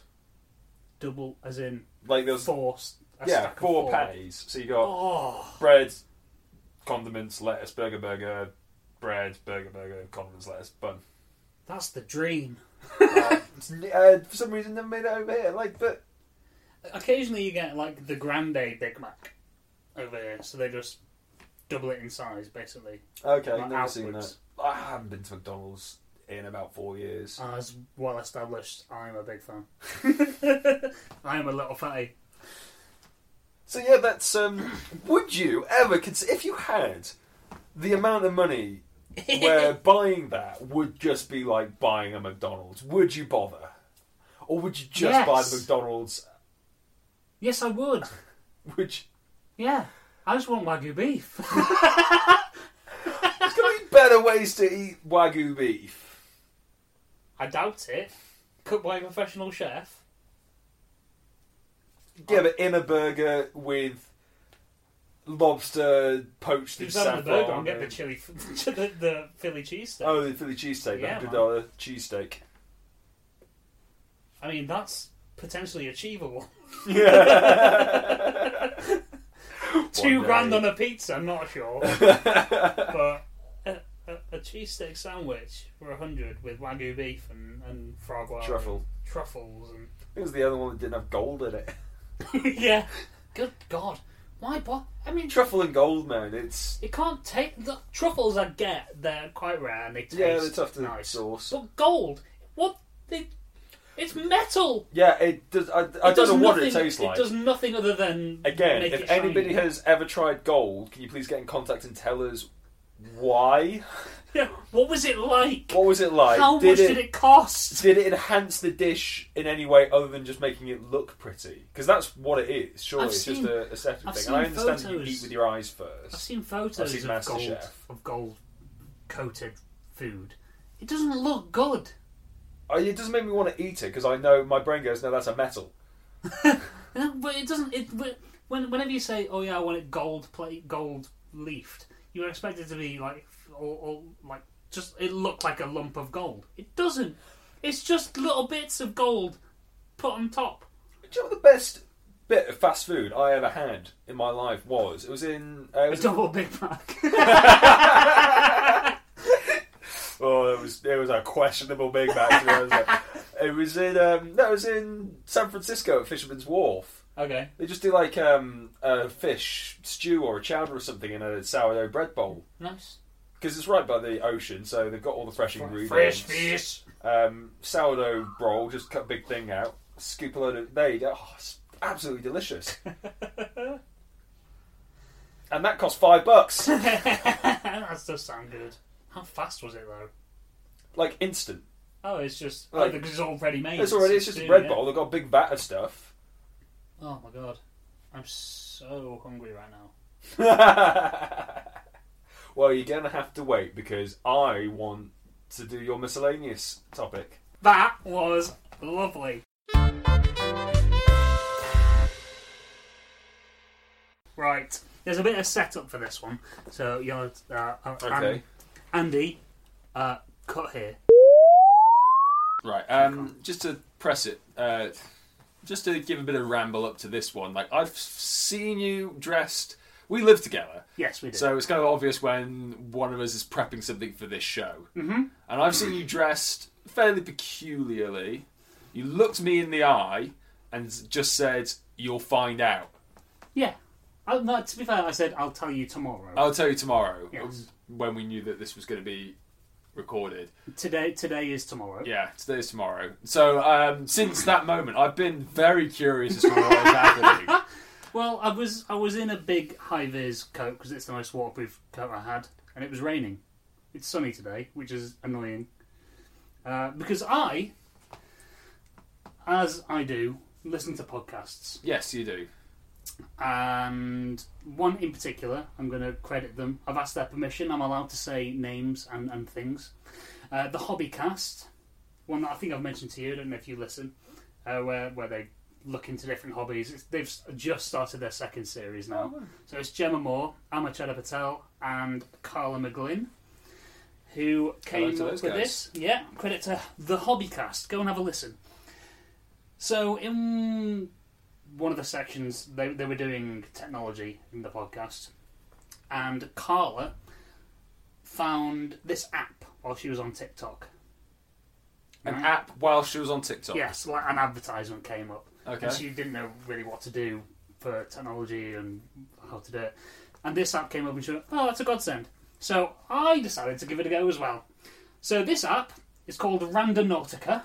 Double, as in
Like there was
forced. A
yeah
stack of
four,
four
patties. So you got
Oh,
bread, condiments, lettuce, burger, burger, bread, burger, burger, condiments, lettuce, bun.
that's the dream.
uh, uh, for some reason, they made it over here. Like, but
Occasionally, you get like the grande Big Mac over here, so they just double it in size, basically.
Okay,
Like
I've never seen that.
outwards.
I haven't been to McDonald's in about four years.
As well established, I'm a big fan. I am a little fatty.
So yeah, that's um. would you ever consider if you had the amount of money where buying that would just be like buying a McDonald's? Would you bother, or would you just buy the
Yes.
McDonald's?
Yes, I would.
Would you?
Yeah, I just want wagyu beef.
There's got to be better ways to eat wagyu beef.
I doubt it. Cooked by a professional chef.
Yeah, but in a burger with lobster poached
He
in
was having the
saffron.
burger and get the
and-
chili, the, the Philly cheesesteak.
Oh, the Philly cheesesteak,
Yeah,
the
man.
$100 cheesesteak. Oh.
I mean, that's potentially achievable. Two
One
grand
day.
on a pizza, I'm not sure, but a, a, a cheesesteak sandwich for a hundred with wagyu beef and and frog oil,
Truffle.
and truffles, and
It was the other one that didn't have gold in it.
yeah. Good God, why? But I mean,
Truffle and gold, man. It's
it can't take the truffles. I get they're quite rare and they taste
yeah, they're tough to
nice.
source.
But gold, what? They, it's metal.
Yeah, it does. I, I
It
don't
does
know what it
nothing-
tastes like.
It does nothing other than
Again,
make
if
it shiny.
anybody has ever tried gold, can you please get in contact and tell us why?
Yeah, what was it like?
What was it like?
How much did it cost?
did it enhance the dish in any way other than just making it look pretty? Because that's what it is. Surely
I've
it's
seen-
just a aesthetic
I've
thing.
seen
And I understand that you
photos.
eat with your eyes
I've
first.
seen photos
I've seen
of
Master
gold
Chef.
of gold coated food. It doesn't look good.
I, Oh, it doesn't make me want to eat it because I know my brain goes, no, that's a metal.
No, But it doesn't. It but when whenever you say, "Oh yeah, I want it gold plate, gold leafed," you expect it to be like or, or like just it looked like a lump of gold. It doesn't. It's just little bits of gold put on top.
Do you know what the best bit of fast food I ever had in my life was? It was in. Uh, it
A
was
double Big Mac.
Oh, it was it was a questionable Big Mac. to be honest with you. it was in um, no, it was in San Francisco at Fisherman's Wharf.
okay.
They just do like um, a fish stew or a chowder or something in a sourdough bread bowl
Nice.
because it's right by the ocean, so they've got all the fresh ingredients.
Fresh fish.
Um, sourdough roll, just cut a big thing out, scoop a load of there you go. Oh, it's absolutely delicious. and that cost five bucks,
that does sound good. How fast was it though?
like instant.
Oh, it's just
Like-
like, because it's already made.
It's already it's just a
stew,
bread
yeah.
bowl. They've got a big vat of stuff.
Oh my god, I'm so hungry right now.
well, you're going to have to wait because I want to do your miscellaneous topic.
That was lovely. Right, there's a bit of setup for this one, so you're uh, uh,
Okay.
Andy, uh, cut here.
Right.
um,
just to press it, uh, just to give a bit of ramble up to this one. Like I've seen you dressed. We live together,
Yes, we did.
so it's kind of obvious when one of us is prepping something for this show.
hmm
And I've seen you dressed fairly peculiarly. You looked me in the eye and just said, "You'll find out."
Yeah. I, no, to be fair, I said I'll tell you tomorrow.
I'll tell you tomorrow um,
Yes.
when we knew that this was going to be recorded.
Today, today is tomorrow.
Yeah, today's tomorrow. So um, since that moment, I've been very curious as to what was happening.
Well, I was I was in a big high vis coat because it's the most waterproof coat I had, and it was raining. It's sunny today, which is annoying. Uh, because I, as I do, listen to podcasts,
Yes, you do.
and one in particular, I'm going to credit them. I've asked their permission. I'm allowed to say names and, and things. Uh, the Hobbycast, one that I think I've mentioned to you. I don't know if you listen, uh, where where they look into different hobbies. It's, they've s- just started their second series now.
Oh,
So it's Gemma Moore, Amachada Patel, and Carla McGlynn who came
to
up
those
with this.
guys.
Yeah, credit to the Hobbycast. Go and have a listen. So in one of the sections, they they were doing technology in the podcast, and Carla found this app while she was on TikTok.
An
Right?
app while she was on TikTok.
Yes, like an advertisement came up.
Okay.
And she didn't know really what to do for technology and how to do it. And this app came up and she went, oh, that's a godsend. So I decided to give it a go as well. So this app is called Randonautica.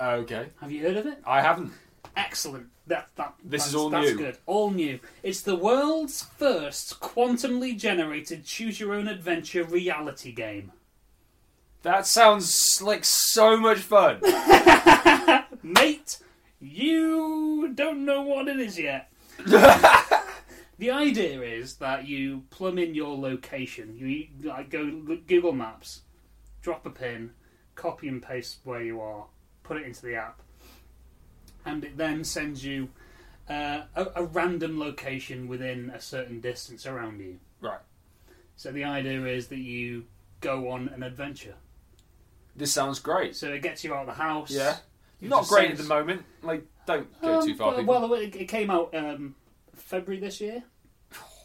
Okay.
Have you heard of it?
I haven't.
Excellent. That, that,
This
that's,
is all
that's
new.
good. All new. It's the world's first quantumly generated choose your own adventure reality game.
That sounds like so much fun.
Mate, you don't know what it is yet. the idea is that you plumb in your location. You like, go look, Google Maps, drop a pin, copy and paste where you are, put it into the app, and it then sends you uh, a, a random location within a certain distance around you.
Right.
So the idea is that you go on an adventure.
This sounds great.
So it gets you out of the house.
Yeah.
It
Not
just
great at
saves-
the moment. Like, don't go
Um,
too far.
but-
people.
Well, it, it came out um, February this year,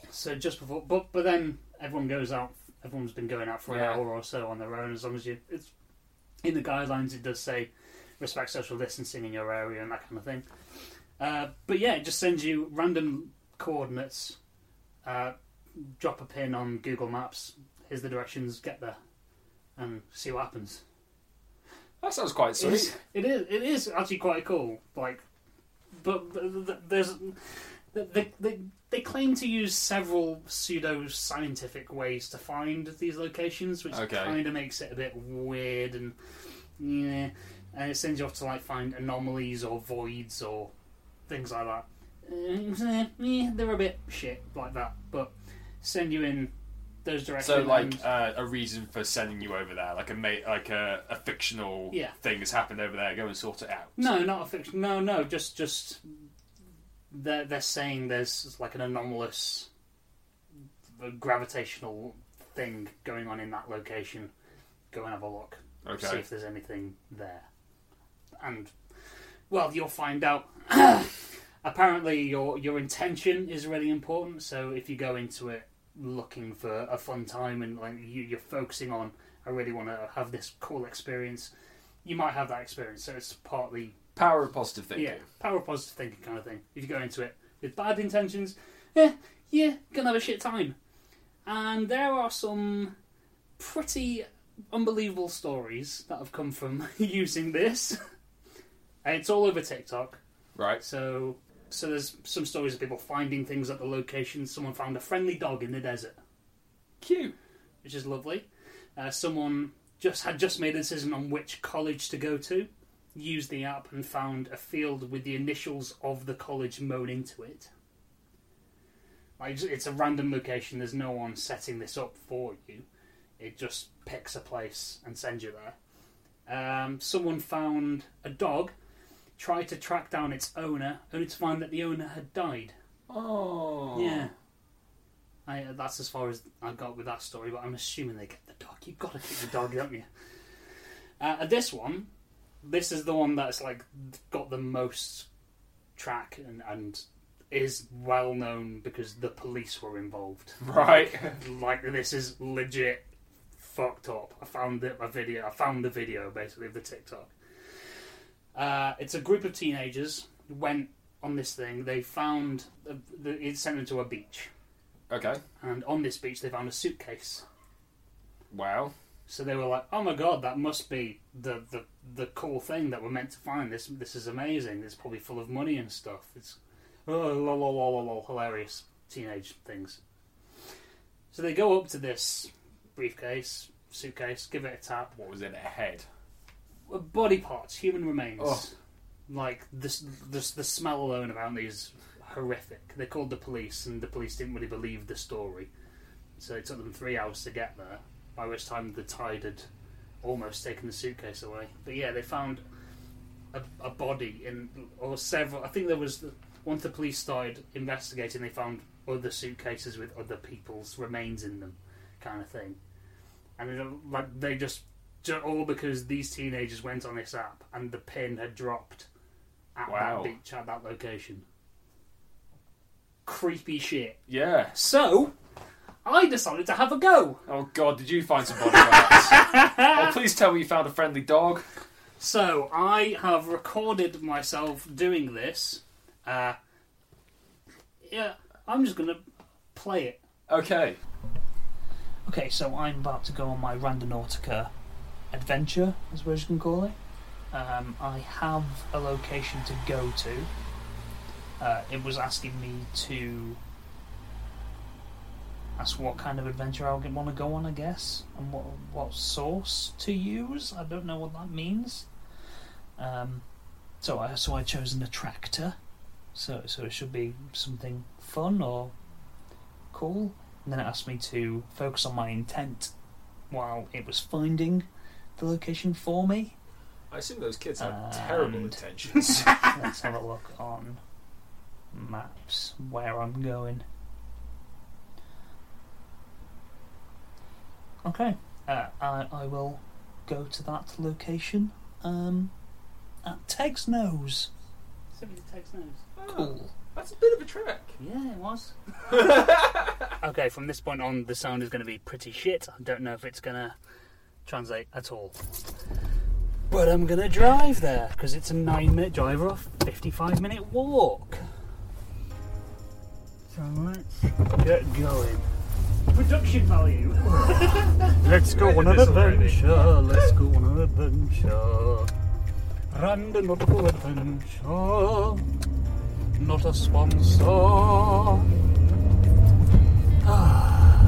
so just before. But but then everyone goes out. Everyone's been going out for
Yeah.
an hour or so on their own. As long as you, it's in the guidelines. It does say respect social distancing in your area and that kind of thing. Uh, but yeah, it just sends you random coordinates. Uh, drop a pin on Google Maps. Here's the directions. Get there, and see what happens.
that sounds quite
It is,
sweet.
it is. It is actually quite cool. Like, but th- th- there's they they they claim to use several pseudo scientific ways to find these locations, which
Okay.
kind of makes it a bit weird and yeah, and it sends you off to like find anomalies or voids or things like that. Uh, yeah, they're a bit shit like that, but send you in those directions.
So,
and-
like uh, a reason for sending you over there, like a mate, like a, a fictional
Yeah.
thing has happened over there. Go and sort it out.
No, not a fiction. No, no, just just they're they're saying there's like an anomalous gravitational thing going on in that location. Go and have a look. See
Okay.
if there's anything there. And well, you'll find out. Apparently, your your intention is really important. So if you go into it looking for a fun time and like you, you're focusing on, I really want to have this cool experience, you might have that experience. So it's partly
Power of positive thinking.
yeah, power of positive thinking kind of thing. If you go into it with bad intentions, yeah, yeah, gonna have a shit time. And there are some pretty unbelievable stories that have come from using this. And it's all over TikTok.
Right.
So so there's some stories of people finding things at the location. Someone found a friendly dog in the desert,
Cute.
which is lovely. Uh, someone just had just made a decision on which college to go to, used the app and found a field with the initials of the college mown into it. Like it's- it's a random location. There's no one setting this up for you. It just picks a place and sends you there. Um, someone found a dog, tried to track down its owner, only to find that the owner had died.
Oh.
Yeah. I, uh, that's as far as I got with that story, but I'm assuming they get the dog. You've got to keep the dog, don't you? Uh, and this one, this is the one that's like got the most track and, and is well known because the police were involved.
Right.
Like this is legit fucked up. I found it, a video. I found the video basically of the TikTok. Uh, it's a group of teenagers went on this thing. They found uh, the, it sent them to a beach
okay.
and on this beach they found a suitcase.
Wow.
So they were like, "Oh my god, that must be the the, the cool thing that we're meant to find. This this is amazing. It's probably full of money and stuff. It's oh, lol, lol, lol, lol, hilarious teenage things." So they go up to this briefcase, suitcase, give it a tap. Uh,
What was in it? A head.
Body parts, human remains.
Oh.
Like this, this, the smell alone about these horrific. They called the police, and the police didn't really believe the story. So it took them three hours to get there, by which time the tide had almost taken the suitcase away. But yeah, they found a, a body in, or several. I think there was, once the police started investigating, they found other suitcases with other people's remains in them, kind of thing. And they, don't- like, they just, ju- all because these teenagers went on this app and the pin had dropped at
Wow.
that beach, at that location. Creepy shit.
Yeah.
So, I decided to have a go.
Oh God, did you find some body parts? oh, please tell me you found a friendly dog.
So, I have recorded myself doing this. Uh, yeah, I'm just gonna play it.
Okay.
Okay, so I'm about to go on my Randonautica adventure, as well as you can call it. Um, I have a location to go to. Uh, it was asking me to ask what kind of adventure I would want to go on, I guess, and what what source to use. I don't know what that means. Um, so I so I chose an attractor. So so it should be something fun or cool and then it asked me to focus on my intent while it was finding
the location for me.
I assume those kids have
And-
terrible intentions.
Let's have a look on maps where I'm going. Okay, uh, I, I will go to that location um, at Teg's Nose.
Somebody takes notes. Oh.
Cool.
That's a bit of a trek.
Yeah, it was. okay, from this point on, the sound is going to be pretty shit. I don't know if it's going to translate at all. But I'm going to drive there because it's a nine minute drive or a 55 minute walk. So let's get going. Production value. let's go on an
This already.
adventure. Let's go on an adventure. Random nautical adventure. Not a sponsor. Ah.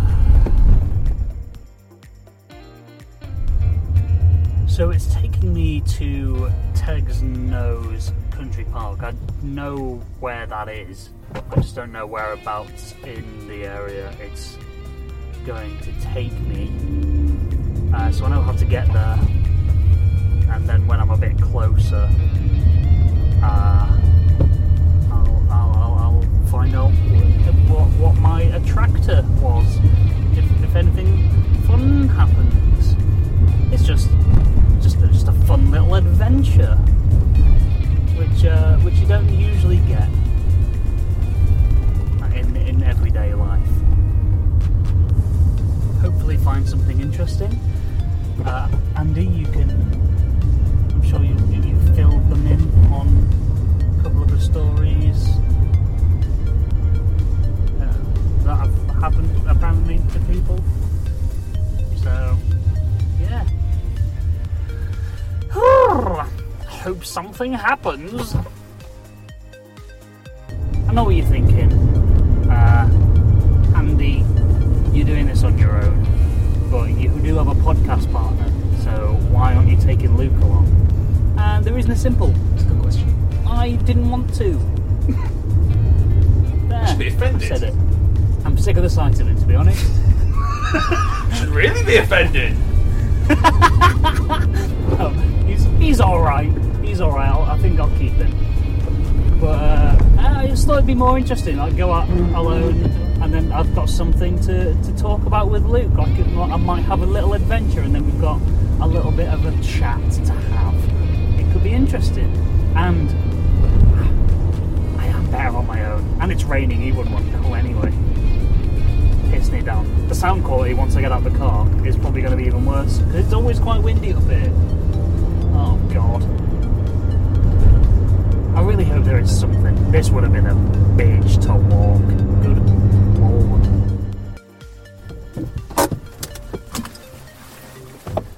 so it's taking me to Teg's Nose Country Park. I know where that is. I just don't know whereabouts in the area it's going to take me. Uh, so I know how to get there. And then when I'm a bit closer, uh, I'll, I'll, I'll, I'll find out wh- what, what my attractor was. If, if anything fun happens, it's just just a, just a fun little adventure, which uh, which you don't usually get in in everyday life. Hopefully, find something interesting. Uh, Andy, you can. I'm sure you you you filled them in on a couple of the stories uh, that have happened apparently to people. So, yeah. Hope something happens. I know what you're thinking. Uh, Andy, you're doing this on your own, but you do have a podcast partner, so why aren't you taking Luke along? And the reason is simple.
That's a good question.
I didn't want to. there.
should be offended.
I said it. I'm sick of the sight of it, to be honest.
You should really be offended.
Oh, he's he's all right. He's all right. I'll, I think I'll keep him. But uh, I just thought it'd be more interesting. I'd go out alone, and then I've got something to, to talk about with Luke. I could, I might have a little adventure, and then we've got a little bit of a chat to have. It could be interesting. And I am better on my own. And it's raining. He wouldn't want to go anyway. Pissing it down. The sound quality once I get out of the car is probably going to be even worse because it's always quite windy up here. Oh god. I really hope there is something. This would have been a bitch to walk. Good lord.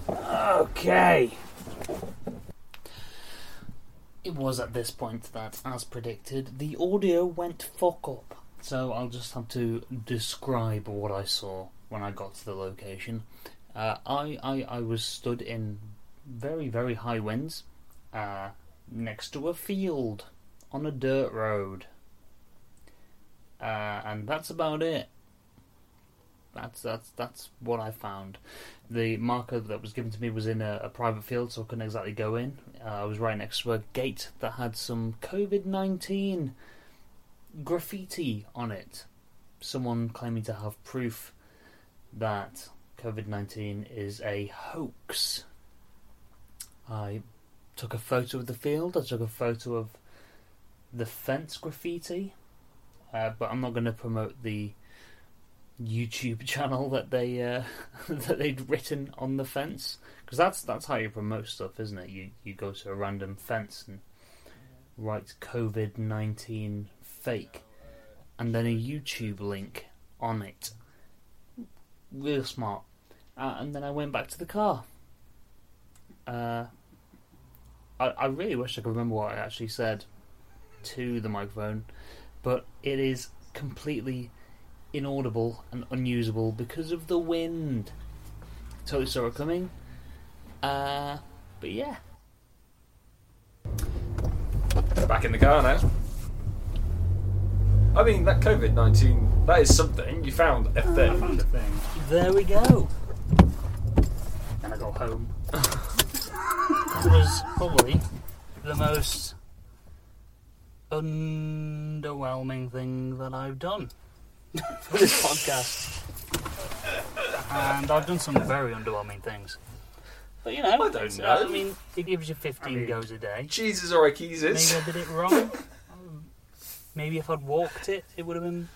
Okay. It was at this point that, as predicted, the audio went fuck up. So I'll just have to describe what I saw when I got to the location. Uh, I, I, I was stood in very, very high winds uh, next to a field on a dirt road. Uh, and that's about it. That's that's that's what I found. The marker that was given to me was in a, a private field, so I couldn't exactly go in. Uh, I was right next to a gate that had some COVID nineteen graffiti on it. Someone claiming to have proof that COVID nineteen is a hoax. I took a photo of the field. I took a photo of the fence graffiti, uh, but I'm not going to promote the YouTube channel that they uh, that they'd written on the fence because that's that's how you promote stuff, isn't it? You you go to a random fence and write COVID nineteen fake, and then a YouTube link on it. Real smart. Uh, and then I went back to the car. Uh, I, I really wish I could remember what I actually said to the microphone, but it is completely inaudible and unusable because of the wind. Totally saw it coming. Uh, but yeah.
Back in the car now. I mean, that COVID 19, that is something. You found a
Uh,
thing.
There we go. And I got home. was probably the most underwhelming thing that I've done for this podcast. And I've done some very underwhelming things. But you know,
I don't
it's-
know.
I mean, it gives you 15
I mean-
goes a day.
Jesus or
Maybe
Akeezus.
I did it wrong. Maybe if I'd walked it, it would have been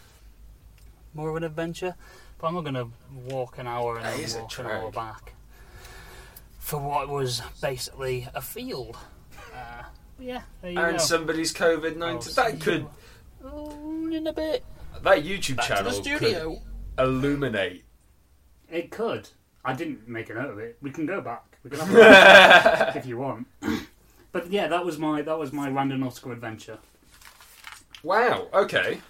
more of an adventure. But I'm not going to walk an hour and
That
then
is a
walk an hour
drag.
back for what was basically a field. Uh, yeah, there you
And
go.
somebody's COVID
I'll
nineteen.
see
That could
you all in a bit.
that YouTube
Back to
channel
the studio.
could illuminate.
It could. I didn't make a note of it. We can go back. We can have a look if you want. But yeah, that was my that was my random nautical adventure.
Wow. Okay.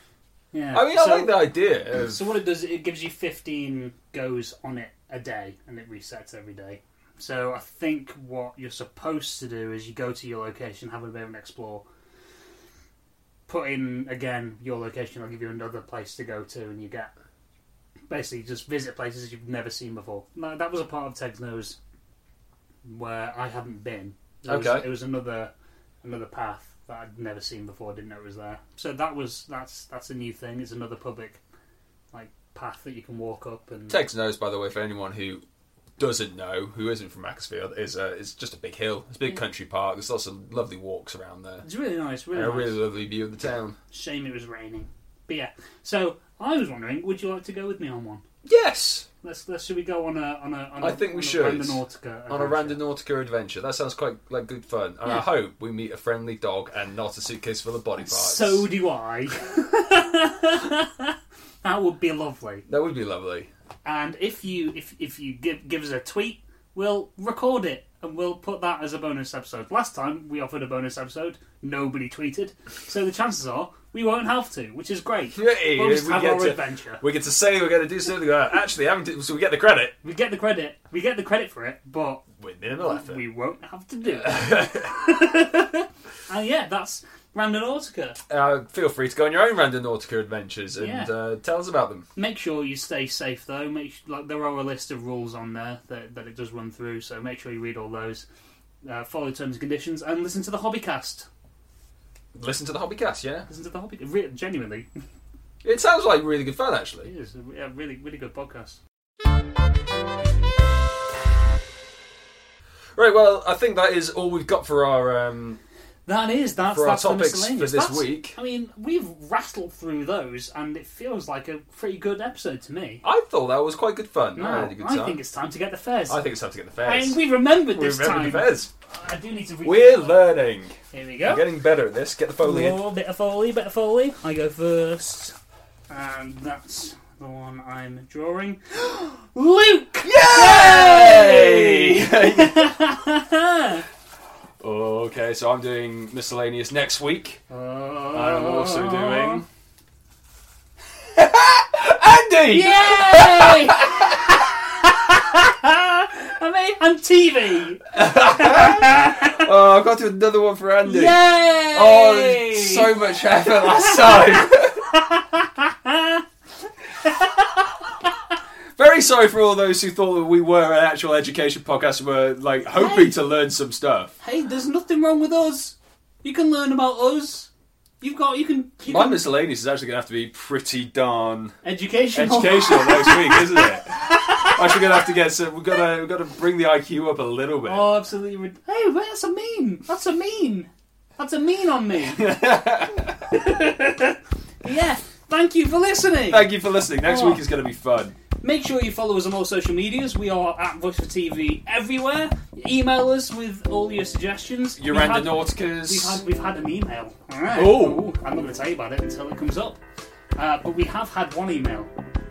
Yeah.
I mean,
so-
I like the idea. Of,
So what it does, it gives you 15 goes on it a day, and it resets every day. So I think what you're supposed to do is you go to your location, have a bit of an explore, put in again your location. I'll give you another place to go to, and you get basically just visit places you've never seen before. No, that was a part of Teg's Nose where I hadn't been. It was,
Okay.
it was another another path that I'd never seen before. Didn't know it was there. So that was that's that's a new thing. It's another public like path that you can walk up and
Tex knows, by the way, for anyone who doesn't know, who isn't from Maxfield, is uh, it's just a big hill. It's a
Mm.
big country park. There's lots of lovely walks around there.
it's really nice. Really
And a
nice.
really lovely view of the town.
Shame it was raining. But yeah. So I was wondering, would you like to go with me on one?
Yes,
Let's let's should we go on a on a on a
I think we
on a
should.
Randonautica
on a
adventure?
Randonautica adventure. That sounds quite like good fun. And I
Yeah.
hope we meet a friendly dog and not a suitcase full of body parts.
So do I. that would be lovely.
that would be lovely.
and if you if if you give give us a tweet, we'll record it and we'll put that as a bonus episode. Last time we offered a bonus episode, nobody tweeted, so the chances are we won't have to, which is great.
Yay,
we'll just
we
have
get
our
to-
adventure.
We get to say we're going to do something. Like that. Actually, I haven't. do- So we get the credit.
We get the credit, we get the credit for it, but
With minimal effort.
we won't have to do it. and yeah, that's Randonautica.
Uh, feel free to go on your own Randonautica adventures and
Yeah.
uh, tell us about them.
Make sure you stay safe though. Make su like there are a list of rules on there that, that it does run through, so make sure you read all those. Uh, follow terms and conditions and listen to the Hobbycast.
Listen to the Hobbycast. Yeah,
Listen to the Hobbit. Re- genuinely,
it sounds like really good fun. Actually.
it is a re- a really, really good podcast.
Right, well, I think that is all we've got for our um,
That is that's
for our
that's the
topics for
miscellaneous.
this
That's-
week.
I mean, we've rattled through those, and it feels like a pretty good episode to me.
I thought that was quite good fun. I
Now,
had a good time.
I think it's time to get the fairs.
I think it's time to get the
I
fairs.
mean, we remembered
We
this
remembered the
time.
fairs.
I do need to. Re-
We're learning.
Here we
We're
go.
getting better at this. Get the foley in.
Oh, bit of foley, bit of foley. I go first, and that's the one I'm drawing. Luke.
Yay! okay, so I'm doing miscellaneous next week.
Uh,
I'm also doing. Andy!
Yay! I mean, I'm TV.
Oh, I've got to do another one for Andy.
Yay!
Oh, so much effort last time. Very sorry for all those who thought that we were an actual education podcast and were like hoping
Hey.
to learn some stuff.
hey, there's nothing wrong with us. You can learn about us. You've got you can. You
My
can
miscellaneous is actually going to have to be pretty darn
educational.
educational next week, isn't it? Actually, going to have to get some. We've got to we've got to bring the IQ up a little bit.
Oh, absolutely. rid- Hey, wait, that's a mean. That's a mean. That's a mean on me. yeah. Thank you for listening.
Thank you for listening. Next
Oh.
week is going to be fun.
Make sure you follow us on all social medias. We are at Voice for TV everywhere. Email us with all your suggestions.
Your
We've had- We've
Randonauticas.
had, we've had an email. All right.
Oh.
Ooh, I'm not going to tell you about it until it comes up. Uh, but we have had one email.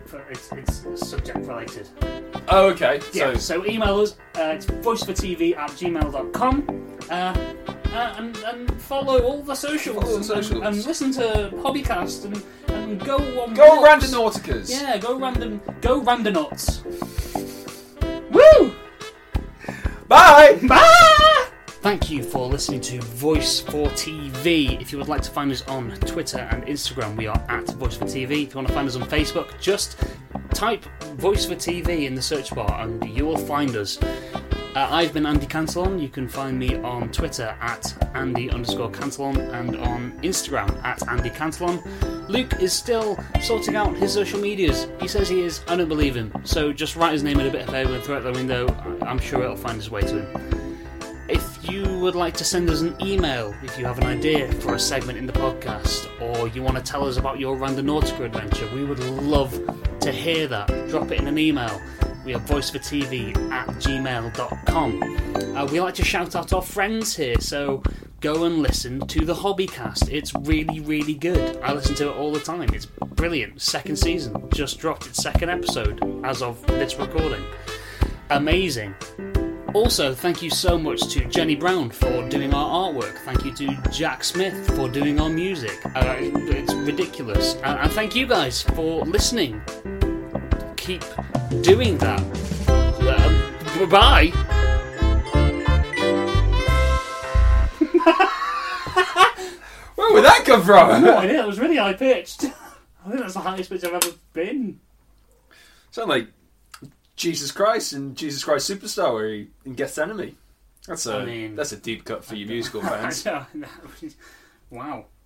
For, it's, it's subject related.
Oh, okay.
Yeah,
So
so, email us. Uh, it's voicefortv at gmail.com. Uh, uh, and, and follow all the socials.
Oh. Follow the
and-
socials.
And, and listen to Hobbycast and, and go on.
go
walks.
Randonauticas.
Yeah, go random. Go randonauts. Woo!
Bye.
Bye! Thank you for listening to Voice for TV. If you would like to find us on Twitter and Instagram, we are at Voice for TV. If you want to find us on Facebook, just type Voice for TV in the search bar and you will find us. Uh, I've been Andy Cantillon. You can find me on Twitter at Andy underscore Cantillon and on Instagram at Andy Cantillon. Luke is still sorting out his social medias. He says he is. I don't believe him. So just write his name in a bit of paper and throw it out the window. I- I'm sure it'll find its way to him. If you would like to send us an email, if you have an idea for a segment in the podcast, or you want to tell us about your Randonautica adventure, we would love to hear that. Drop it in an email. We are voicefortv at gmail.com. Uh, we like to shout out our friends here, so go and listen to the Hobbycast. It's really, really good. I listen to it all the time. It's brilliant. Second season. Just dropped its second episode as of this recording. Amazing. Also, thank you so much to Jenny Brown for doing our artwork. Thank you to Jack Smith for doing our music. Uh, it's ridiculous. Uh, And, and thank you guys for listening. Keep doing that. Uh, bye.
Where would that come from?
idea. That was really high pitched. I think that's the highest pitch I've ever been.
Sound like Jesus Christ and Jesus Christ Superstar, where he in Gethsemane. That's a
I mean-
that's a deep cut for you musical
I
fans.
don't know. wow.